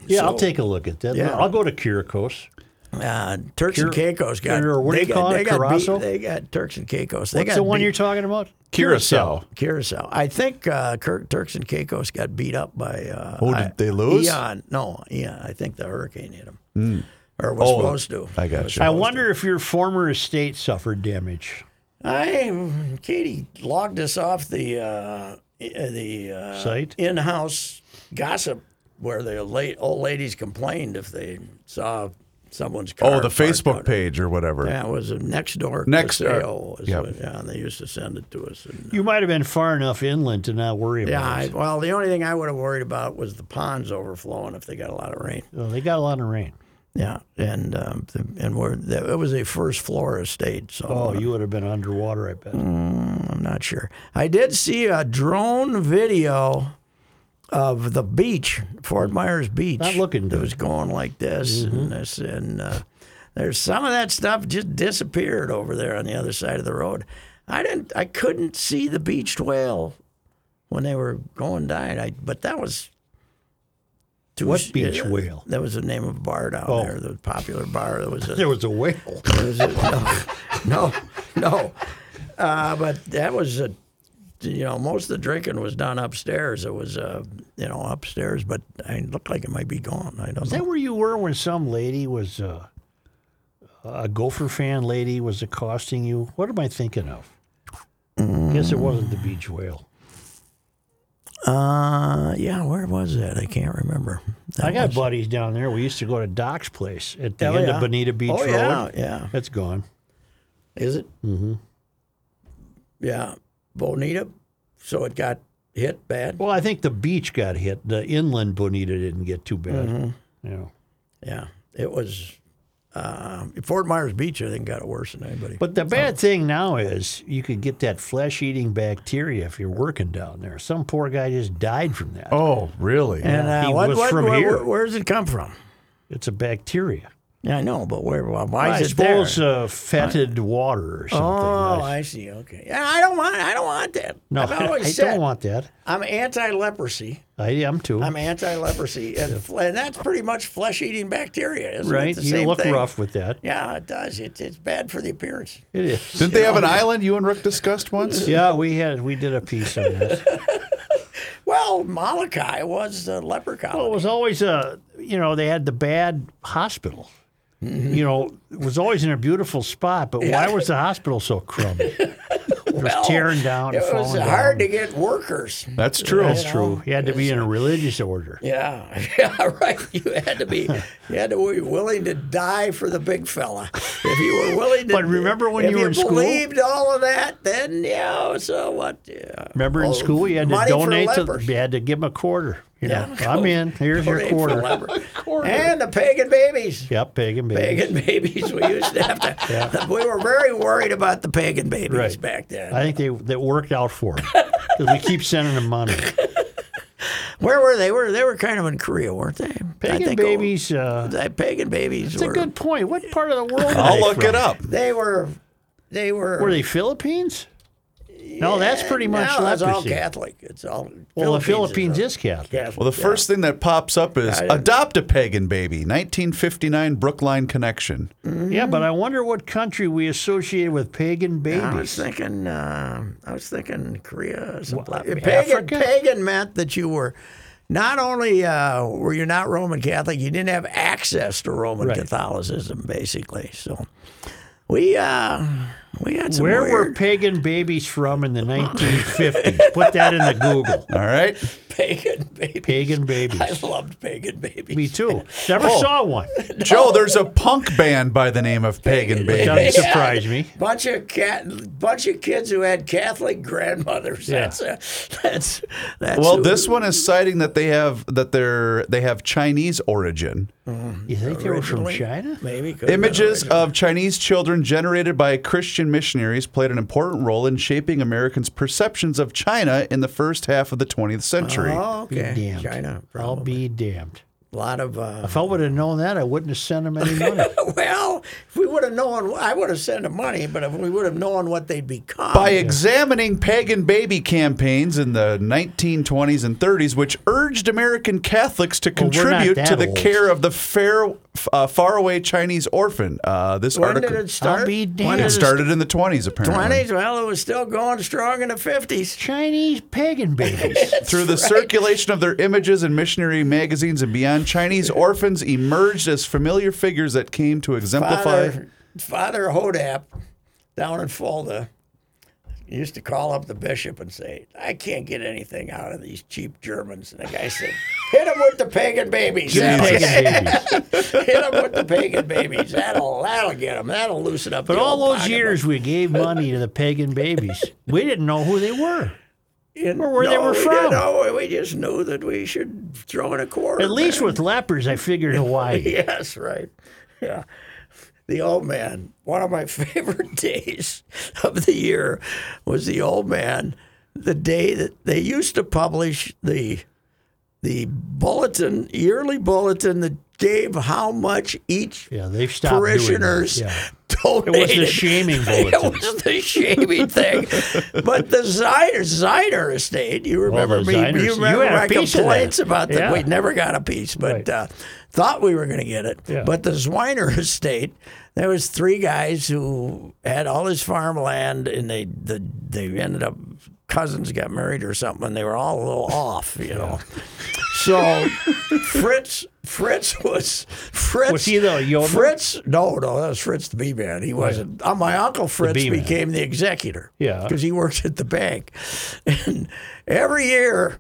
[SPEAKER 2] yeah, I'll take a look at that.
[SPEAKER 1] Yeah.
[SPEAKER 2] I'll go to Curacos.
[SPEAKER 1] Uh, Turks and
[SPEAKER 2] Cur-
[SPEAKER 1] Caicos got
[SPEAKER 2] or what do
[SPEAKER 1] they,
[SPEAKER 2] you call
[SPEAKER 1] got,
[SPEAKER 2] it,
[SPEAKER 1] they, got beat,
[SPEAKER 2] Curaçao?
[SPEAKER 1] they got Turks and Caicos. They
[SPEAKER 2] What's
[SPEAKER 1] got
[SPEAKER 2] the one
[SPEAKER 1] beat-
[SPEAKER 2] you're talking about?
[SPEAKER 3] Curacao.
[SPEAKER 1] Curacao. I think uh, Cur- Turks and Caicos got beat up by. Uh,
[SPEAKER 3] Oh, did
[SPEAKER 1] I-
[SPEAKER 3] they lose?
[SPEAKER 1] Eon. No, yeah, I think the hurricane hit them, or was
[SPEAKER 3] Oh,
[SPEAKER 1] supposed to.
[SPEAKER 3] I got
[SPEAKER 1] Was
[SPEAKER 3] you.
[SPEAKER 2] Hmm. I
[SPEAKER 1] supposed to.
[SPEAKER 2] wonder if your former estate suffered damage.
[SPEAKER 1] I Katie logged us off the uh, i- the uh,
[SPEAKER 2] Site?
[SPEAKER 1] in-house gossip where the late old ladies complained if they saw someone's car.
[SPEAKER 3] Oh, the
[SPEAKER 1] parked out-
[SPEAKER 3] Facebook page or whatever.
[SPEAKER 1] Yeah, it was a next door.
[SPEAKER 3] Next Door. Yep.
[SPEAKER 1] yeah, and they used to send it to us. And,
[SPEAKER 2] You might have been far enough inland to not worry about
[SPEAKER 1] Yeah, I,
[SPEAKER 2] it.
[SPEAKER 1] well, the only thing I would have worried about was the ponds overflowing if they got a lot of rain.
[SPEAKER 2] Oh, they got a lot of rain.
[SPEAKER 1] Yeah, and um, the, and we're the, it was a first floor estate, so
[SPEAKER 2] Oh, you would have been underwater, I bet.
[SPEAKER 1] I'm not sure. I did see a drone video of the beach, Fort Myers Beach.
[SPEAKER 2] Not looking
[SPEAKER 1] It
[SPEAKER 2] good. Mm-hmm.
[SPEAKER 1] was going like this and this and. Uh, there's some of that stuff just disappeared over there on the other side of the road. I didn't, I couldn't see the beached whale when they were going down. I, but that was too, uh,
[SPEAKER 2] What beach whale?
[SPEAKER 1] That was the name of a bar down
[SPEAKER 2] Oh.
[SPEAKER 1] there, the popular bar. That was
[SPEAKER 2] *laughs*
[SPEAKER 1] a,
[SPEAKER 2] There was a whale.
[SPEAKER 1] it was a- no, no, no. Uh, but that was a, you know, most of the drinking was done upstairs. It was, uh, you know, upstairs. But I looked like it might be gone. I don't
[SPEAKER 2] Is that
[SPEAKER 1] know.
[SPEAKER 2] where you were when some lady was uh, a Gopher fan lady was accosting you? What am I thinking of? Guess it wasn't the beach whale.
[SPEAKER 1] Uh, yeah, where was that? I can't remember. That
[SPEAKER 2] I got
[SPEAKER 1] was-
[SPEAKER 2] buddies down there. We used to go to Doc's place at the
[SPEAKER 1] Oh,
[SPEAKER 2] end
[SPEAKER 1] yeah.
[SPEAKER 2] of Bonita Beach
[SPEAKER 1] oh,
[SPEAKER 2] Road.
[SPEAKER 1] Yeah, yeah.
[SPEAKER 2] That's gone.
[SPEAKER 1] Is it? Mm-hmm. Yeah, Bonita. So it got hit bad.
[SPEAKER 2] Well, I think the beach got hit. The inland Bonita didn't get too bad.
[SPEAKER 1] Mm-hmm.
[SPEAKER 2] You know.
[SPEAKER 1] Yeah, it was. Uh, Fort Myers Beach, I think, got it worse than anybody.
[SPEAKER 2] But the bad thing now is you could get that flesh eating bacteria if you're working down there. Some poor guy just died from that.
[SPEAKER 3] Oh, really?
[SPEAKER 1] and uh,
[SPEAKER 2] he
[SPEAKER 1] what,
[SPEAKER 2] was
[SPEAKER 1] what,
[SPEAKER 2] from
[SPEAKER 1] where-
[SPEAKER 2] here.
[SPEAKER 1] where- where does it come from?
[SPEAKER 2] It's a bacteria.
[SPEAKER 1] Yeah, I know, but where? Why, why
[SPEAKER 2] I
[SPEAKER 1] is it there?
[SPEAKER 2] suppose uh, fetid water or something.
[SPEAKER 1] Oh,
[SPEAKER 2] I-
[SPEAKER 1] I see. Okay. Yeah, I don't want. I don't want that.
[SPEAKER 2] no,
[SPEAKER 1] I've
[SPEAKER 2] I,
[SPEAKER 1] always
[SPEAKER 2] I
[SPEAKER 1] said
[SPEAKER 2] don't want that.
[SPEAKER 1] I'm anti-leprosy.
[SPEAKER 2] I am too.
[SPEAKER 1] I'm anti-leprosy, and, fl- and that's pretty much flesh-eating bacteria, isn't
[SPEAKER 2] right?
[SPEAKER 1] it? The
[SPEAKER 2] You
[SPEAKER 1] same
[SPEAKER 2] look
[SPEAKER 1] thing?
[SPEAKER 2] rough with that.
[SPEAKER 1] Yeah, it does. It, it's bad for the appearance.
[SPEAKER 2] It is.
[SPEAKER 3] Didn't they have an island you and Rook discussed once?
[SPEAKER 2] yeah, we had we did a piece on this.
[SPEAKER 1] Well, Molokai was the leper colony.
[SPEAKER 2] Well, it was always a you know they had the bad hospital.
[SPEAKER 1] Mm-hmm.
[SPEAKER 2] You know, it was always in a beautiful spot, but why was the hospital
[SPEAKER 1] *laughs*
[SPEAKER 2] so crummy? It was tearing down.
[SPEAKER 1] it
[SPEAKER 2] and
[SPEAKER 1] was
[SPEAKER 2] falling
[SPEAKER 1] hard to
[SPEAKER 2] down.
[SPEAKER 1] get workers.
[SPEAKER 3] That's true.
[SPEAKER 2] That's true. You had to be in a religious order.
[SPEAKER 1] Yeah, *laughs* yeah, right. You had to be, you had to be willing to die for the big fella. If you were willing to,
[SPEAKER 2] But remember when
[SPEAKER 1] if
[SPEAKER 2] you were in school?
[SPEAKER 1] believed all of that, then yeah. So what? Yeah.
[SPEAKER 2] Remember in
[SPEAKER 1] Oh,
[SPEAKER 2] school, you had to
[SPEAKER 1] money for
[SPEAKER 2] donate to.
[SPEAKER 1] lepers.
[SPEAKER 2] You had to give them a quarter. You
[SPEAKER 1] *laughs*
[SPEAKER 2] know,
[SPEAKER 1] Yeah.
[SPEAKER 2] I'm in. Here's your
[SPEAKER 1] Donate for
[SPEAKER 2] *laughs* quarter.
[SPEAKER 1] leper. and the pagan babies.
[SPEAKER 2] Yep, pagan baby.
[SPEAKER 1] Pagan *laughs* babies. We used to
[SPEAKER 2] *laughs*
[SPEAKER 1] have to. *laughs* We were very worried about the pagan babies
[SPEAKER 2] Right.
[SPEAKER 1] back then.
[SPEAKER 2] I think they that worked out for them because we keep sending
[SPEAKER 1] *laughs*
[SPEAKER 2] them money.
[SPEAKER 1] Where were they? they? Were they were kind of in Korea, weren't they? I
[SPEAKER 2] Pagan
[SPEAKER 1] think, oh,
[SPEAKER 2] babies. Uh,
[SPEAKER 1] the pagan babies.
[SPEAKER 2] that's a
[SPEAKER 1] were-
[SPEAKER 2] good point. What part of the world? are
[SPEAKER 3] I'll
[SPEAKER 2] they
[SPEAKER 3] look
[SPEAKER 2] from?
[SPEAKER 3] it up.
[SPEAKER 1] They were. They were.
[SPEAKER 2] Were they Philippines? No, that's pretty much
[SPEAKER 1] no, it's
[SPEAKER 2] leprosy.
[SPEAKER 1] all Catholic. It's all.
[SPEAKER 2] Well, the Philippines
[SPEAKER 1] all
[SPEAKER 2] is Catholic.
[SPEAKER 1] Catholic.
[SPEAKER 3] Well, the first thing that pops up is
[SPEAKER 1] didn't-
[SPEAKER 3] adopt a pagan baby, 1959 Brookline Connection.
[SPEAKER 2] Yeah, but I wonder what country we associate with pagan
[SPEAKER 1] I
[SPEAKER 2] babies.
[SPEAKER 1] was thinking. Uh, I was thinking Korea. Or something.
[SPEAKER 2] Well,
[SPEAKER 1] pagan,
[SPEAKER 2] Africa?
[SPEAKER 1] pagan meant that you were. Not only uh, were you not Roman Catholic, you didn't have access to Roman
[SPEAKER 2] Right.
[SPEAKER 1] Catholicism, basically. So we uh, We had some
[SPEAKER 2] Where were
[SPEAKER 1] weird
[SPEAKER 2] pagan babies from in the 1950s? Put that in the Google.
[SPEAKER 3] All right.
[SPEAKER 1] *laughs* pagan babies.
[SPEAKER 2] Pagan babies.
[SPEAKER 1] I Oh. loved pagan babies.
[SPEAKER 2] Me too. Never
[SPEAKER 1] *laughs*
[SPEAKER 2] saw one.
[SPEAKER 3] Joe, there's a punk band by the name of Pagan
[SPEAKER 2] Doesn't
[SPEAKER 3] Babies.
[SPEAKER 2] surprise me.
[SPEAKER 1] Bunch of cat, bunch of kids who had Catholic grandmothers.
[SPEAKER 2] Yeah.
[SPEAKER 1] That's a, that's that's.
[SPEAKER 3] Well,
[SPEAKER 1] who-
[SPEAKER 3] this one is citing that they have that they're they have Chinese origin.
[SPEAKER 2] You think they were from
[SPEAKER 1] originally.
[SPEAKER 2] China?
[SPEAKER 1] maybe could have been
[SPEAKER 3] Images
[SPEAKER 1] original.
[SPEAKER 3] of Chinese children generated by Christian missionaries played an important role in shaping Americans' perceptions of China in the first half of the 20th century.
[SPEAKER 1] Oh, okay.
[SPEAKER 2] Damned.
[SPEAKER 1] China.
[SPEAKER 2] I'll
[SPEAKER 1] Probably.
[SPEAKER 2] be damned.
[SPEAKER 1] A lot of. Uh,
[SPEAKER 2] If I would have known that, I wouldn't have sent
[SPEAKER 1] *laughs*
[SPEAKER 2] him any money.
[SPEAKER 1] well, if we would have known, I would have sent them money, but if we would have known what they'd become.
[SPEAKER 2] Ah,
[SPEAKER 3] By examining pagan baby campaigns in the 1920s and 30s, which urged American Catholics to
[SPEAKER 2] Well, we're not
[SPEAKER 3] contribute to
[SPEAKER 2] that
[SPEAKER 3] the
[SPEAKER 2] old.
[SPEAKER 3] care of the fair, uh, faraway Chinese orphan, uh, this
[SPEAKER 1] when
[SPEAKER 3] article
[SPEAKER 1] did it start?
[SPEAKER 2] I'll be
[SPEAKER 1] When
[SPEAKER 2] damned.
[SPEAKER 3] It
[SPEAKER 1] did
[SPEAKER 3] started in the 20s, apparently.
[SPEAKER 1] 20s? Well, it was still going strong in the 50s.
[SPEAKER 2] Chinese
[SPEAKER 1] *laughs*
[SPEAKER 2] pagan babies.
[SPEAKER 3] Through the circulation of their images in missionary magazines and beyond, Chinese orphans emerged as familiar figures that came to exemplify.
[SPEAKER 1] Father, Father Hodap down in Fulda used to call up the bishop and say, I can't get anything out of these cheap Germans. And the guy
[SPEAKER 2] *laughs*
[SPEAKER 1] said, hit them with the pagan babies.
[SPEAKER 3] Jesus.
[SPEAKER 2] pagan babies.
[SPEAKER 1] *laughs* Hit them with the pagan babies. That'll, that'll get them. That'll loosen up.
[SPEAKER 2] But
[SPEAKER 1] the old
[SPEAKER 2] all those
[SPEAKER 1] pocketbook."
[SPEAKER 2] years we gave money to the pagan babies, we didn't know who they were.
[SPEAKER 1] And
[SPEAKER 2] or where they
[SPEAKER 1] no,
[SPEAKER 2] were
[SPEAKER 1] we
[SPEAKER 2] from.
[SPEAKER 1] Didn't know. We just knew that we should throw in a quarter.
[SPEAKER 2] At least
[SPEAKER 1] man.
[SPEAKER 2] with lepers,
[SPEAKER 1] *laughs*
[SPEAKER 2] I figured Hawaii.
[SPEAKER 1] Yes, right. Yeah. The old man. One of my *laughs* favorite days of the year was the old man. The day that they used to publish the the bulletin, yearly bulletin that gave how much each
[SPEAKER 2] Yeah, they've stopped
[SPEAKER 1] parishioners
[SPEAKER 2] doing that.
[SPEAKER 1] donated.
[SPEAKER 2] It was the shaming
[SPEAKER 1] *laughs* It
[SPEAKER 2] bulletin.
[SPEAKER 1] was the shaming thing. But the Zeiner, Zeiner estate, you remember
[SPEAKER 2] the
[SPEAKER 1] me,
[SPEAKER 2] Zeiners,
[SPEAKER 1] you
[SPEAKER 2] you
[SPEAKER 1] remember
[SPEAKER 2] had a
[SPEAKER 1] my
[SPEAKER 2] piece of that.
[SPEAKER 1] complaints about that.
[SPEAKER 2] Yeah.
[SPEAKER 1] We never got a piece, but
[SPEAKER 2] Right.
[SPEAKER 1] uh, thought we were going to get it.
[SPEAKER 2] Yeah.
[SPEAKER 1] But the Zwiner *laughs* estate, there was three guys who had all this farmland, and they the, they ended up cousins got married or something, and they were all a little *laughs* off, you know. So Fritz Fritz was Fritz
[SPEAKER 2] Was he the yeoman?
[SPEAKER 1] Fritz no no that was Fritz the B man he wasn't uh, my uncle Fritz
[SPEAKER 2] B-man.
[SPEAKER 1] became the executor
[SPEAKER 2] Yeah.
[SPEAKER 1] because he worked at the bank *laughs* and every year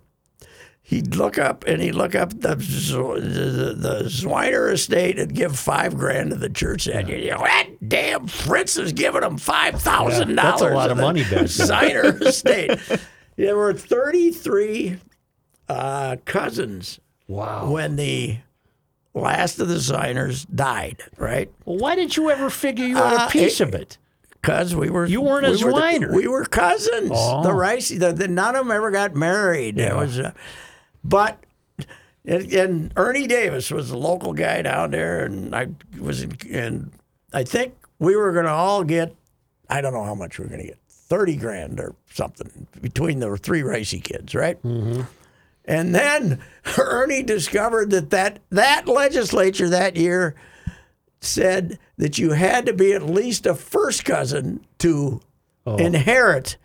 [SPEAKER 1] he'd look up and he'd look up the Z- the, the Zwiner estate and give five grand to the church that year. You know, that damn Fritz is giving him five thousand
[SPEAKER 2] Yeah,
[SPEAKER 1] dollars.
[SPEAKER 2] that's a lot of money back then. *laughs*
[SPEAKER 1] Zwiner estate. There were thirty three uh, cousins
[SPEAKER 2] Wow.
[SPEAKER 1] when the last of the Zwiners died. Right?
[SPEAKER 2] Well, why did you ever figure you had
[SPEAKER 1] Uh,
[SPEAKER 2] a piece of it?
[SPEAKER 1] Because we were
[SPEAKER 2] You weren't
[SPEAKER 1] we
[SPEAKER 2] a
[SPEAKER 1] were the-
[SPEAKER 2] Zwiner.
[SPEAKER 1] we were cousins.
[SPEAKER 2] Oh.
[SPEAKER 1] The Rice, the, the, none of them ever got married. It was, uh, but and, and Ernie Davis was the local guy down there, and I was in, and I think we were going to all get, I don't know how much we were going to get, thirty grand or something between the three Ricey kids, right?
[SPEAKER 2] Mm-hmm.
[SPEAKER 1] And then Ernie discovered that, that that legislature that year said that you had to be at least a first cousin to
[SPEAKER 2] Oh.
[SPEAKER 1] inherit.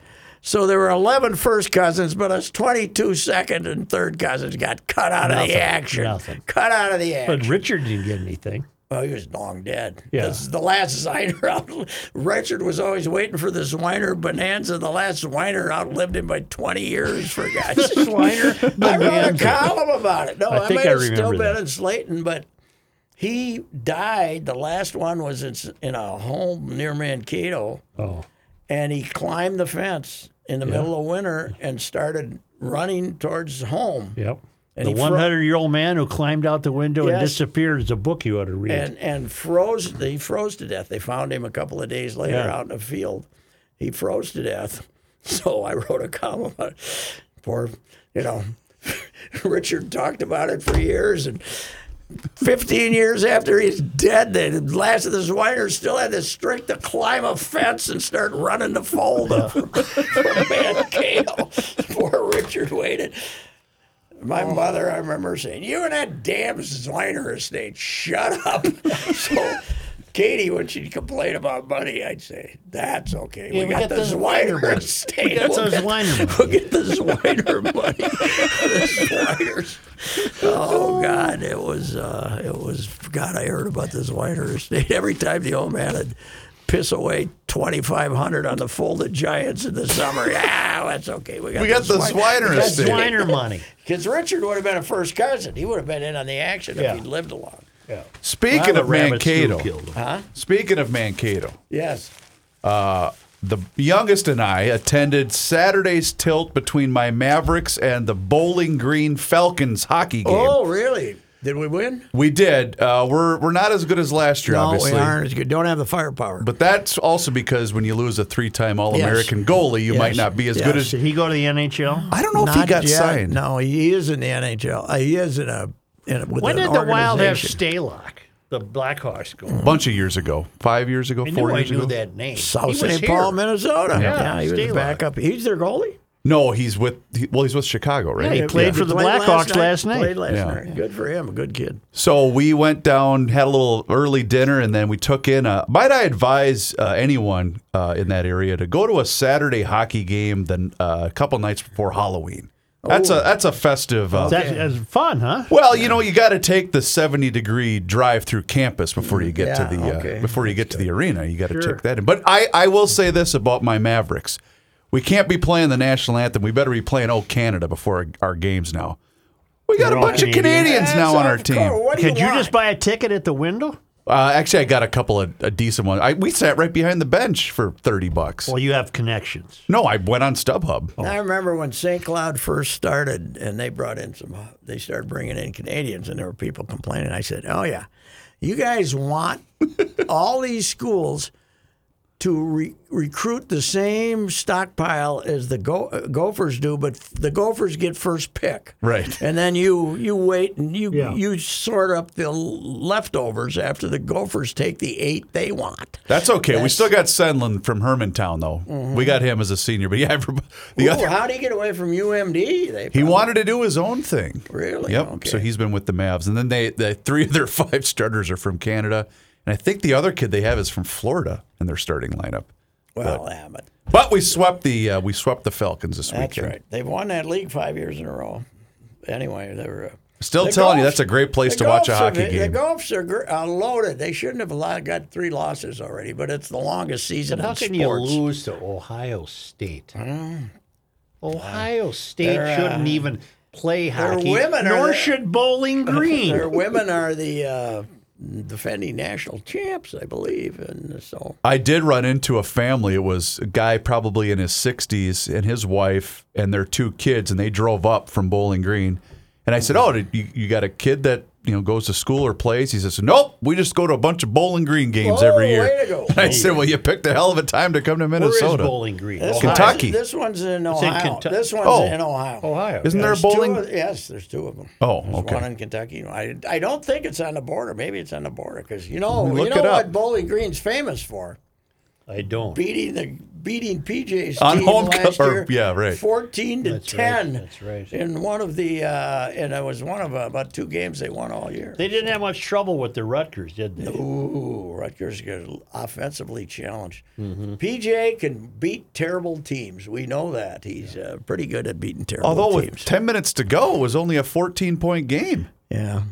[SPEAKER 1] So there were 11 first cousins, but us 22 second and third cousins got cut out of the
[SPEAKER 2] Nothing,
[SPEAKER 1] action.
[SPEAKER 2] nothing.
[SPEAKER 1] Cut out of the action.
[SPEAKER 2] But Richard didn't get anything.
[SPEAKER 1] Well, he was long dead.
[SPEAKER 2] Yeah.
[SPEAKER 1] This is the last Zwiner out. Richard was always waiting for this Zwiner bonanza. The last Zwiner outlived him by 20 years, for God's
[SPEAKER 2] *laughs*
[SPEAKER 1] sake. I wrote a
[SPEAKER 2] bonanza.
[SPEAKER 1] column about it. No,
[SPEAKER 2] I
[SPEAKER 1] I,
[SPEAKER 2] think
[SPEAKER 1] might
[SPEAKER 2] I
[SPEAKER 1] have still
[SPEAKER 2] remember
[SPEAKER 1] been
[SPEAKER 2] that.
[SPEAKER 1] in Slayton, but he died. The last one was in, s- in a home near Mankato,
[SPEAKER 2] Oh,
[SPEAKER 1] and he climbed the fence in the middle of winter and started running towards home.
[SPEAKER 2] yep.
[SPEAKER 1] And
[SPEAKER 2] the
[SPEAKER 1] he fro-
[SPEAKER 2] 100 year old man who climbed out the window and
[SPEAKER 1] Yes.
[SPEAKER 2] disappeared is a book you ought to read.
[SPEAKER 1] and and froze. He froze to death. They found him a couple of days later
[SPEAKER 2] Yeah.
[SPEAKER 1] out in a field. He froze to death. *laughs* So I wrote a column about it. Poor, you know, *laughs* Richard talked about it for years and. 15 years after he's dead, the last of the Zwiners still had the strength to climb a fence and start running the fold *laughs* up from Van Kale. Poor Richard waited. My mother, I remember saying, You and that damn Zwiner estate, shut up. *laughs* so, Katie, when she'd complain about money, I'd say, That's okay. we,
[SPEAKER 2] we
[SPEAKER 1] got,
[SPEAKER 2] got
[SPEAKER 1] the
[SPEAKER 2] the
[SPEAKER 1] Zwiner
[SPEAKER 2] Zwiner
[SPEAKER 1] estate.
[SPEAKER 2] We got
[SPEAKER 1] We'll
[SPEAKER 2] the
[SPEAKER 1] get- *laughs*
[SPEAKER 2] Zwiner
[SPEAKER 1] We'll get the Zwiner money. *laughs* the Zwiners. Oh God, it was uh, it was God. I heard about this Whiter estate every time the old man had piss away twenty five hundred on the folded Giants in the summer. *laughs* ah, that's okay. We got,
[SPEAKER 3] We got the Swiner
[SPEAKER 2] That's
[SPEAKER 3] estate.
[SPEAKER 2] Swiner money.
[SPEAKER 1] *laughs* Because Richard would have been a first cousin. He would have been in on the action
[SPEAKER 2] Yeah.
[SPEAKER 1] if he'd lived along.
[SPEAKER 3] Speaking
[SPEAKER 2] Well,
[SPEAKER 3] of
[SPEAKER 2] the rabbits do
[SPEAKER 3] Mankato,
[SPEAKER 2] kill them.
[SPEAKER 3] speaking of Mankato,
[SPEAKER 1] Yes.
[SPEAKER 3] the youngest and I attended Saturday's tilt between my Mavericks and the Bowling Green Falcons hockey game.
[SPEAKER 1] Oh, really? Did we win?
[SPEAKER 3] We did. Uh, we're we're not as good as last year, obviously.
[SPEAKER 1] No, we aren't as good. Don't have the firepower.
[SPEAKER 3] But that's also because when you lose a three-time All-American goalie, you
[SPEAKER 1] Yes.
[SPEAKER 3] might not be as good
[SPEAKER 1] Yes.
[SPEAKER 3] as.
[SPEAKER 2] Did he go to the NHL?
[SPEAKER 3] I don't know if he
[SPEAKER 1] Not
[SPEAKER 3] got
[SPEAKER 1] yet.
[SPEAKER 3] signed.
[SPEAKER 1] No, he is in the NHL. Uh, he is in a. In a with
[SPEAKER 2] When
[SPEAKER 1] an
[SPEAKER 2] did the Wild have
[SPEAKER 1] organization.
[SPEAKER 2] Stalock, the Blackhawks, go?
[SPEAKER 3] A bunch of years ago, five years ago,
[SPEAKER 2] I knew
[SPEAKER 3] Mm, four
[SPEAKER 2] I
[SPEAKER 3] years
[SPEAKER 2] knew
[SPEAKER 3] ago.
[SPEAKER 2] that name. He
[SPEAKER 1] South
[SPEAKER 2] was
[SPEAKER 1] St.
[SPEAKER 2] here.
[SPEAKER 1] Paul, Minnesota?
[SPEAKER 2] Yeah,
[SPEAKER 1] he was
[SPEAKER 2] Stalock.
[SPEAKER 1] a backup. He's their goalie.
[SPEAKER 3] No, he's with. He, well, he's with Chicago, right?
[SPEAKER 2] Yeah, he played for the Blackhawks last night.
[SPEAKER 1] Played last
[SPEAKER 3] Yeah.
[SPEAKER 1] night. Good for him. A good kid.
[SPEAKER 3] So we went down, had a little early dinner, and then we took in a. Might I advise uh, anyone uh, in that area to go to a Saturday hockey game the, uh, a couple nights before Halloween? That's a that's a festive. Uh,
[SPEAKER 2] That's, that's fun, huh?
[SPEAKER 3] well, you know, you got to take the seventy degree drive through campus before you get to
[SPEAKER 1] Yeah,
[SPEAKER 3] the uh,
[SPEAKER 1] okay.
[SPEAKER 3] before you get to the arena. You got to check that in. But I I will say this about my Mavericks: we can't be playing the national anthem. We better be playing "Oh Canada" before our, our games now. We got
[SPEAKER 2] They're
[SPEAKER 3] a
[SPEAKER 2] all
[SPEAKER 3] bunch of
[SPEAKER 2] Canadian.
[SPEAKER 3] Canadians now
[SPEAKER 1] That's
[SPEAKER 3] on
[SPEAKER 1] a-
[SPEAKER 3] our team.
[SPEAKER 1] What do
[SPEAKER 2] Could you
[SPEAKER 1] want?
[SPEAKER 2] just buy a ticket at the window?
[SPEAKER 3] Uh, actually, I got a couple of a decent ones. I, we sat right behind the bench for thirty bucks.
[SPEAKER 2] Well, you have connections.
[SPEAKER 3] No, I went on StubHub.
[SPEAKER 1] I remember when St. Cloud first started, and they brought in some. They started bringing in Canadians, and there were people complaining. I said, "Oh yeah, you guys
[SPEAKER 3] *laughs*
[SPEAKER 1] want all these schools to re- recruit the same stockpile as the go- uh, Gophers do, but f- the Gophers get first pick,
[SPEAKER 3] Right.
[SPEAKER 1] And then you you wait and you
[SPEAKER 2] Yeah.
[SPEAKER 1] you sort up the leftovers after the Gophers take the eight they want."
[SPEAKER 3] That's okay. we still got Sendlin from Hermantown, though. We got him as a senior, but yeah, *laughs* everybody,
[SPEAKER 1] Mm-hmm.
[SPEAKER 3] the
[SPEAKER 1] Ooh,
[SPEAKER 3] other
[SPEAKER 1] how do you get away from UMD? They
[SPEAKER 3] he
[SPEAKER 1] probably-
[SPEAKER 3] wanted to do his own thing.
[SPEAKER 1] Really?
[SPEAKER 3] Yep.
[SPEAKER 1] Okay.
[SPEAKER 3] So he's been with the Mavs, and then they the three *laughs* of their five starters are from Canada, and I think the other kid they have is from Florida in their starting lineup.
[SPEAKER 1] well, yeah, but
[SPEAKER 3] But we swept the uh, we swept the Falcons this
[SPEAKER 1] That's
[SPEAKER 3] weekend.
[SPEAKER 1] right. They've won that league five years in a row. Anyway, they were. Uh,
[SPEAKER 3] Still
[SPEAKER 1] The
[SPEAKER 3] telling you,
[SPEAKER 1] Gulfs-
[SPEAKER 3] that's a great place
[SPEAKER 1] the
[SPEAKER 3] to watch a
[SPEAKER 1] Gulfs
[SPEAKER 3] hockey
[SPEAKER 1] are,
[SPEAKER 3] game.
[SPEAKER 1] The Gulfs are gr- uh, loaded. They shouldn't have allowed, got three losses already, but it's the longest season
[SPEAKER 2] How
[SPEAKER 1] in
[SPEAKER 2] can
[SPEAKER 1] sports. Hmm.
[SPEAKER 2] you lose to Ohio State? Ohio State
[SPEAKER 1] They're, uh,
[SPEAKER 2] shouldn't even play hockey.
[SPEAKER 1] women are
[SPEAKER 2] nor
[SPEAKER 1] the-
[SPEAKER 2] should
[SPEAKER 1] *laughs*
[SPEAKER 2] Bowling Green.
[SPEAKER 1] Their women are the uh, defending national champs, I believe, and so
[SPEAKER 3] I did run into a family. It was a guy probably in his 60s and his wife and their two kids, and they drove up from Bowling Green. And I said, "Oh, did you, you got a kid that you know goes to school or plays?" He says, "Nope, we just go to a bunch of Bowling Green games
[SPEAKER 1] Oh,
[SPEAKER 3] every year."
[SPEAKER 1] way to go.
[SPEAKER 3] And *laughs* I said, "Well, you picked a hell of a time to come to
[SPEAKER 2] Where is
[SPEAKER 3] Minnesota.
[SPEAKER 2] Bowling Green?
[SPEAKER 1] This
[SPEAKER 2] Ohio.
[SPEAKER 3] Kentucky.
[SPEAKER 1] One's, this one's in
[SPEAKER 2] in
[SPEAKER 1] Ohio.
[SPEAKER 2] Kentucky.
[SPEAKER 1] This one's
[SPEAKER 3] Oh.
[SPEAKER 1] in Ohio.
[SPEAKER 2] Ohio.
[SPEAKER 3] Isn't there a
[SPEAKER 1] There's two
[SPEAKER 3] bowling?"
[SPEAKER 1] of- yes, there's two of them.
[SPEAKER 3] Oh,
[SPEAKER 1] There's
[SPEAKER 3] okay.
[SPEAKER 1] One in Kentucky. I, I don't think it's on the border. Maybe it's on the border because you know
[SPEAKER 3] Look
[SPEAKER 1] you know
[SPEAKER 3] it up.
[SPEAKER 1] what Bowling Green's famous for.
[SPEAKER 2] I don't.
[SPEAKER 1] beating the beating PJ's
[SPEAKER 3] On
[SPEAKER 1] team
[SPEAKER 3] home
[SPEAKER 1] last
[SPEAKER 3] co- or-
[SPEAKER 1] year,
[SPEAKER 3] yeah, right.
[SPEAKER 1] fourteen to
[SPEAKER 2] That's right,
[SPEAKER 1] ten.
[SPEAKER 2] that's right.
[SPEAKER 1] In one of the, uh, and it was one of uh, about two games they won all year.
[SPEAKER 2] They didn't have much trouble with the Rutgers, did they?
[SPEAKER 1] Ooh, Rutgers got offensively challenged.
[SPEAKER 2] Mm-hmm.
[SPEAKER 1] PJ can beat terrible teams. We know that he's uh, pretty good at beating terrible
[SPEAKER 3] Although with
[SPEAKER 1] teams.
[SPEAKER 3] 10 minutes to go, it was only a 14-point game.
[SPEAKER 1] yeah.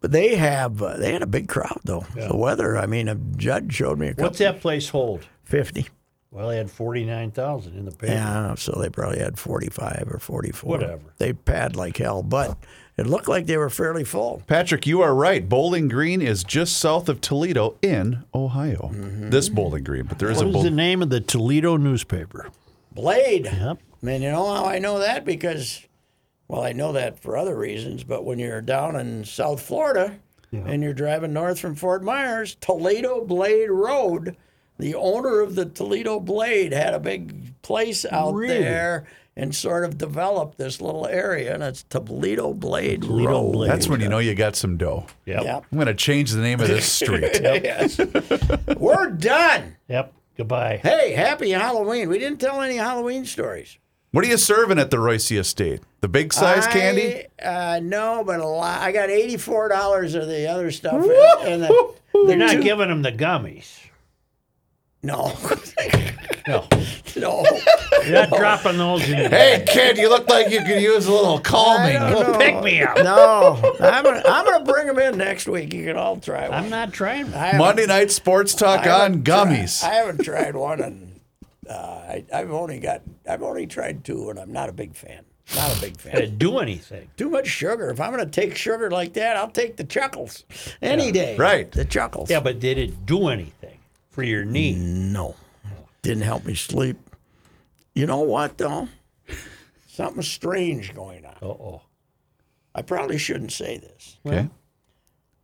[SPEAKER 1] But they have uh, they had a big crowd though. The weather, I mean, a judge showed me a couple
[SPEAKER 2] What's that place hold?
[SPEAKER 1] fifty.
[SPEAKER 2] Well, they had forty nine thousand in the paper.
[SPEAKER 1] Yeah, I don't know. So they probably had 45 or 44.
[SPEAKER 2] Whatever.
[SPEAKER 1] They pad like hell, but it looked like they were fairly full.
[SPEAKER 3] Patrick, you are right. Bowling Green is just south of Toledo in Ohio.
[SPEAKER 1] Mm-hmm.
[SPEAKER 3] This Bowling Green, but there is
[SPEAKER 2] What
[SPEAKER 3] a
[SPEAKER 2] is the
[SPEAKER 3] Bowling.
[SPEAKER 2] name of the Toledo newspaper?
[SPEAKER 1] Blade.
[SPEAKER 2] Yep.
[SPEAKER 1] I mean, you know how I know that? Because, well, I know that for other reasons, but when you're down in South Florida and you're driving north from Fort Myers, Toledo Blade Road, the owner of the Toledo Blade had a big place out
[SPEAKER 2] Really?
[SPEAKER 1] there and sort of developed this little area, and it's Toledo Blade
[SPEAKER 2] Toledo
[SPEAKER 1] Road.
[SPEAKER 2] Blade.
[SPEAKER 3] That's when you know you got some dough.
[SPEAKER 1] Yep.
[SPEAKER 3] I'm going to change the name of
[SPEAKER 1] *laughs*
[SPEAKER 3] this street.
[SPEAKER 1] yes. We're done.
[SPEAKER 2] Yep. Goodbye.
[SPEAKER 1] Hey, happy Halloween. We didn't tell any Halloween stories.
[SPEAKER 3] What are you serving at the Royce Estate? The big
[SPEAKER 1] *laughs*
[SPEAKER 3] size candy?
[SPEAKER 1] I, uh, no, but a lot. I got eighty-four dollars of the other stuff. And, and the, the
[SPEAKER 2] They're not
[SPEAKER 1] two- *laughs*
[SPEAKER 2] giving them the gummies.
[SPEAKER 1] No. *laughs*
[SPEAKER 2] No.
[SPEAKER 1] no.
[SPEAKER 2] You're not dropping those in.
[SPEAKER 3] Hey, kid, you look like you could use a little calming.
[SPEAKER 1] No.
[SPEAKER 2] Pick me up.
[SPEAKER 1] No. I'm gonna I'm gonna bring them in next week. You can all try one.
[SPEAKER 2] I'm not trying.
[SPEAKER 1] I haven't-
[SPEAKER 3] Monday night sports talk
[SPEAKER 1] I
[SPEAKER 3] on
[SPEAKER 1] haven't tried-
[SPEAKER 3] gummies.
[SPEAKER 1] I haven't tried one, and uh, I, I've only got I've only tried two, and I'm not a big fan. Not a big
[SPEAKER 2] to
[SPEAKER 1] fan.
[SPEAKER 2] do anything.
[SPEAKER 1] Too much sugar. If I'm going to take sugar like that, I'll take the chuckles any day.
[SPEAKER 3] Right.
[SPEAKER 1] The chuckles.
[SPEAKER 2] Yeah, but did it do anything for your knee?
[SPEAKER 1] No, didn't help me sleep. You know what though? Something strange going on.
[SPEAKER 2] Uh oh.
[SPEAKER 1] I probably shouldn't say this,
[SPEAKER 3] Okay.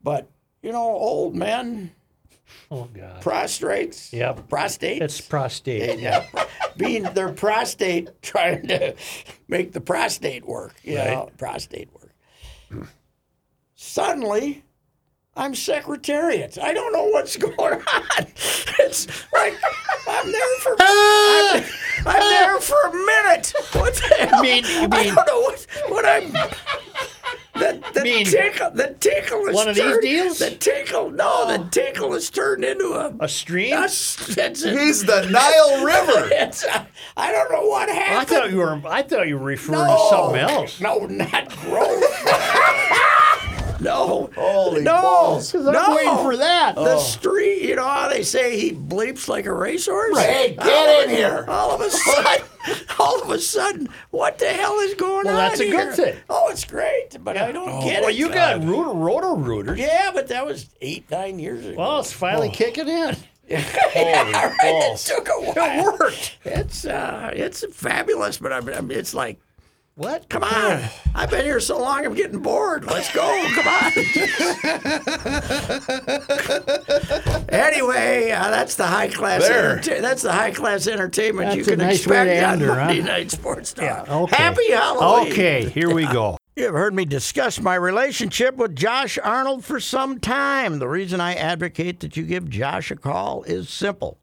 [SPEAKER 1] but you know, old men,
[SPEAKER 2] Oh God.
[SPEAKER 1] prostrates,
[SPEAKER 2] Yep.
[SPEAKER 1] prostate,
[SPEAKER 2] It's prostate.
[SPEAKER 1] yeah, being their prostate *laughs* trying to make the prostate work, you know, prostate work. Suddenly, I'm secretariat. I don't know what's *laughs* going on. It's like I'm there
[SPEAKER 2] *laughs*
[SPEAKER 1] for I'm, I'm there for a minute. What the hell?
[SPEAKER 2] mean- you
[SPEAKER 1] I
[SPEAKER 2] mean-
[SPEAKER 1] don't know what, what I'm. The, the
[SPEAKER 2] Mean-
[SPEAKER 1] tickle, the tickle is
[SPEAKER 2] One of these
[SPEAKER 1] turned,
[SPEAKER 2] deals? Oh.
[SPEAKER 1] The tickle, no, the tickle is turned into a.
[SPEAKER 2] A stream?
[SPEAKER 1] that's, that's it.
[SPEAKER 3] He's the
[SPEAKER 1] *laughs*
[SPEAKER 3] Nile *laughs* River.
[SPEAKER 1] It's, I don't know what
[SPEAKER 2] I
[SPEAKER 1] happened.
[SPEAKER 2] thought you were. I thought you were referring to
[SPEAKER 1] No.
[SPEAKER 2] something else.
[SPEAKER 1] No, not growth. *laughs* no.
[SPEAKER 3] Holy
[SPEAKER 1] no.
[SPEAKER 3] balls.
[SPEAKER 1] No.
[SPEAKER 2] that.
[SPEAKER 1] The street, you know how they say he bleeps like a racehorse?
[SPEAKER 3] Hey, get
[SPEAKER 1] All-
[SPEAKER 3] in here.
[SPEAKER 1] All of a sudden, *laughs* all of a sudden, what the hell is going
[SPEAKER 2] Well,
[SPEAKER 1] on?
[SPEAKER 2] that's a good
[SPEAKER 1] here?
[SPEAKER 2] thing.
[SPEAKER 1] Oh, it's great, but I don't get it.
[SPEAKER 2] Oh, Well, you got root rotor rooters. Oh.
[SPEAKER 1] Yeah, but that was eight, nine years ago.
[SPEAKER 2] Well, it's finally kicking in.
[SPEAKER 1] *laughs* yeah, right, it took a while.
[SPEAKER 2] It worked.
[SPEAKER 1] It's uh, it's fabulous, but I'm, I'm, it's like
[SPEAKER 2] What?
[SPEAKER 1] Come on. I've been here so long, I'm getting bored. Let's go. Come on. anyway, uh, that's the high class.
[SPEAKER 3] There.
[SPEAKER 1] enterta- that's the high class entertainment you
[SPEAKER 2] That's a
[SPEAKER 1] can
[SPEAKER 2] nice way
[SPEAKER 1] expect
[SPEAKER 2] to end
[SPEAKER 1] on
[SPEAKER 2] her, huh?
[SPEAKER 1] Monday Night Sports Talk.
[SPEAKER 2] okay.
[SPEAKER 1] Happy Halloween.
[SPEAKER 2] Okay, here we go.
[SPEAKER 1] You have heard me discuss my relationship with Josh Arnold for some time. The reason I advocate that you give Josh a call is simple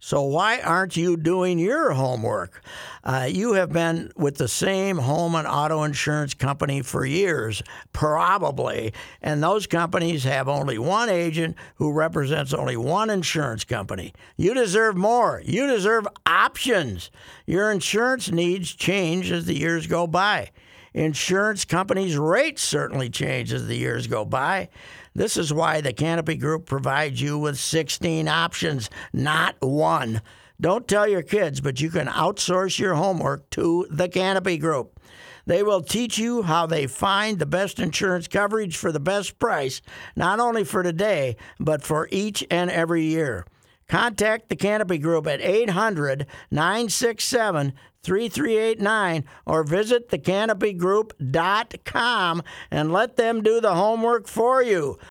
[SPEAKER 1] So, why aren't you doing your homework? Uh, you have been with the same home and auto insurance company for years, probably, and those companies have only one agent who represents only one insurance company. You deserve more. You deserve options. Your insurance needs change as the years go by. Insurance companies' rates certainly change as the years go by. This is why the Canopy Group provides you with 16 options, not one. Don't tell your kids, but you can outsource your homework to the Canopy Group. They will teach you how they find the best insurance coverage for the best price, not only for today, but for each and every year. Contact the Canopy Group at 800 967 3389 or visit thecanopygroup.com and let them do the homework for you.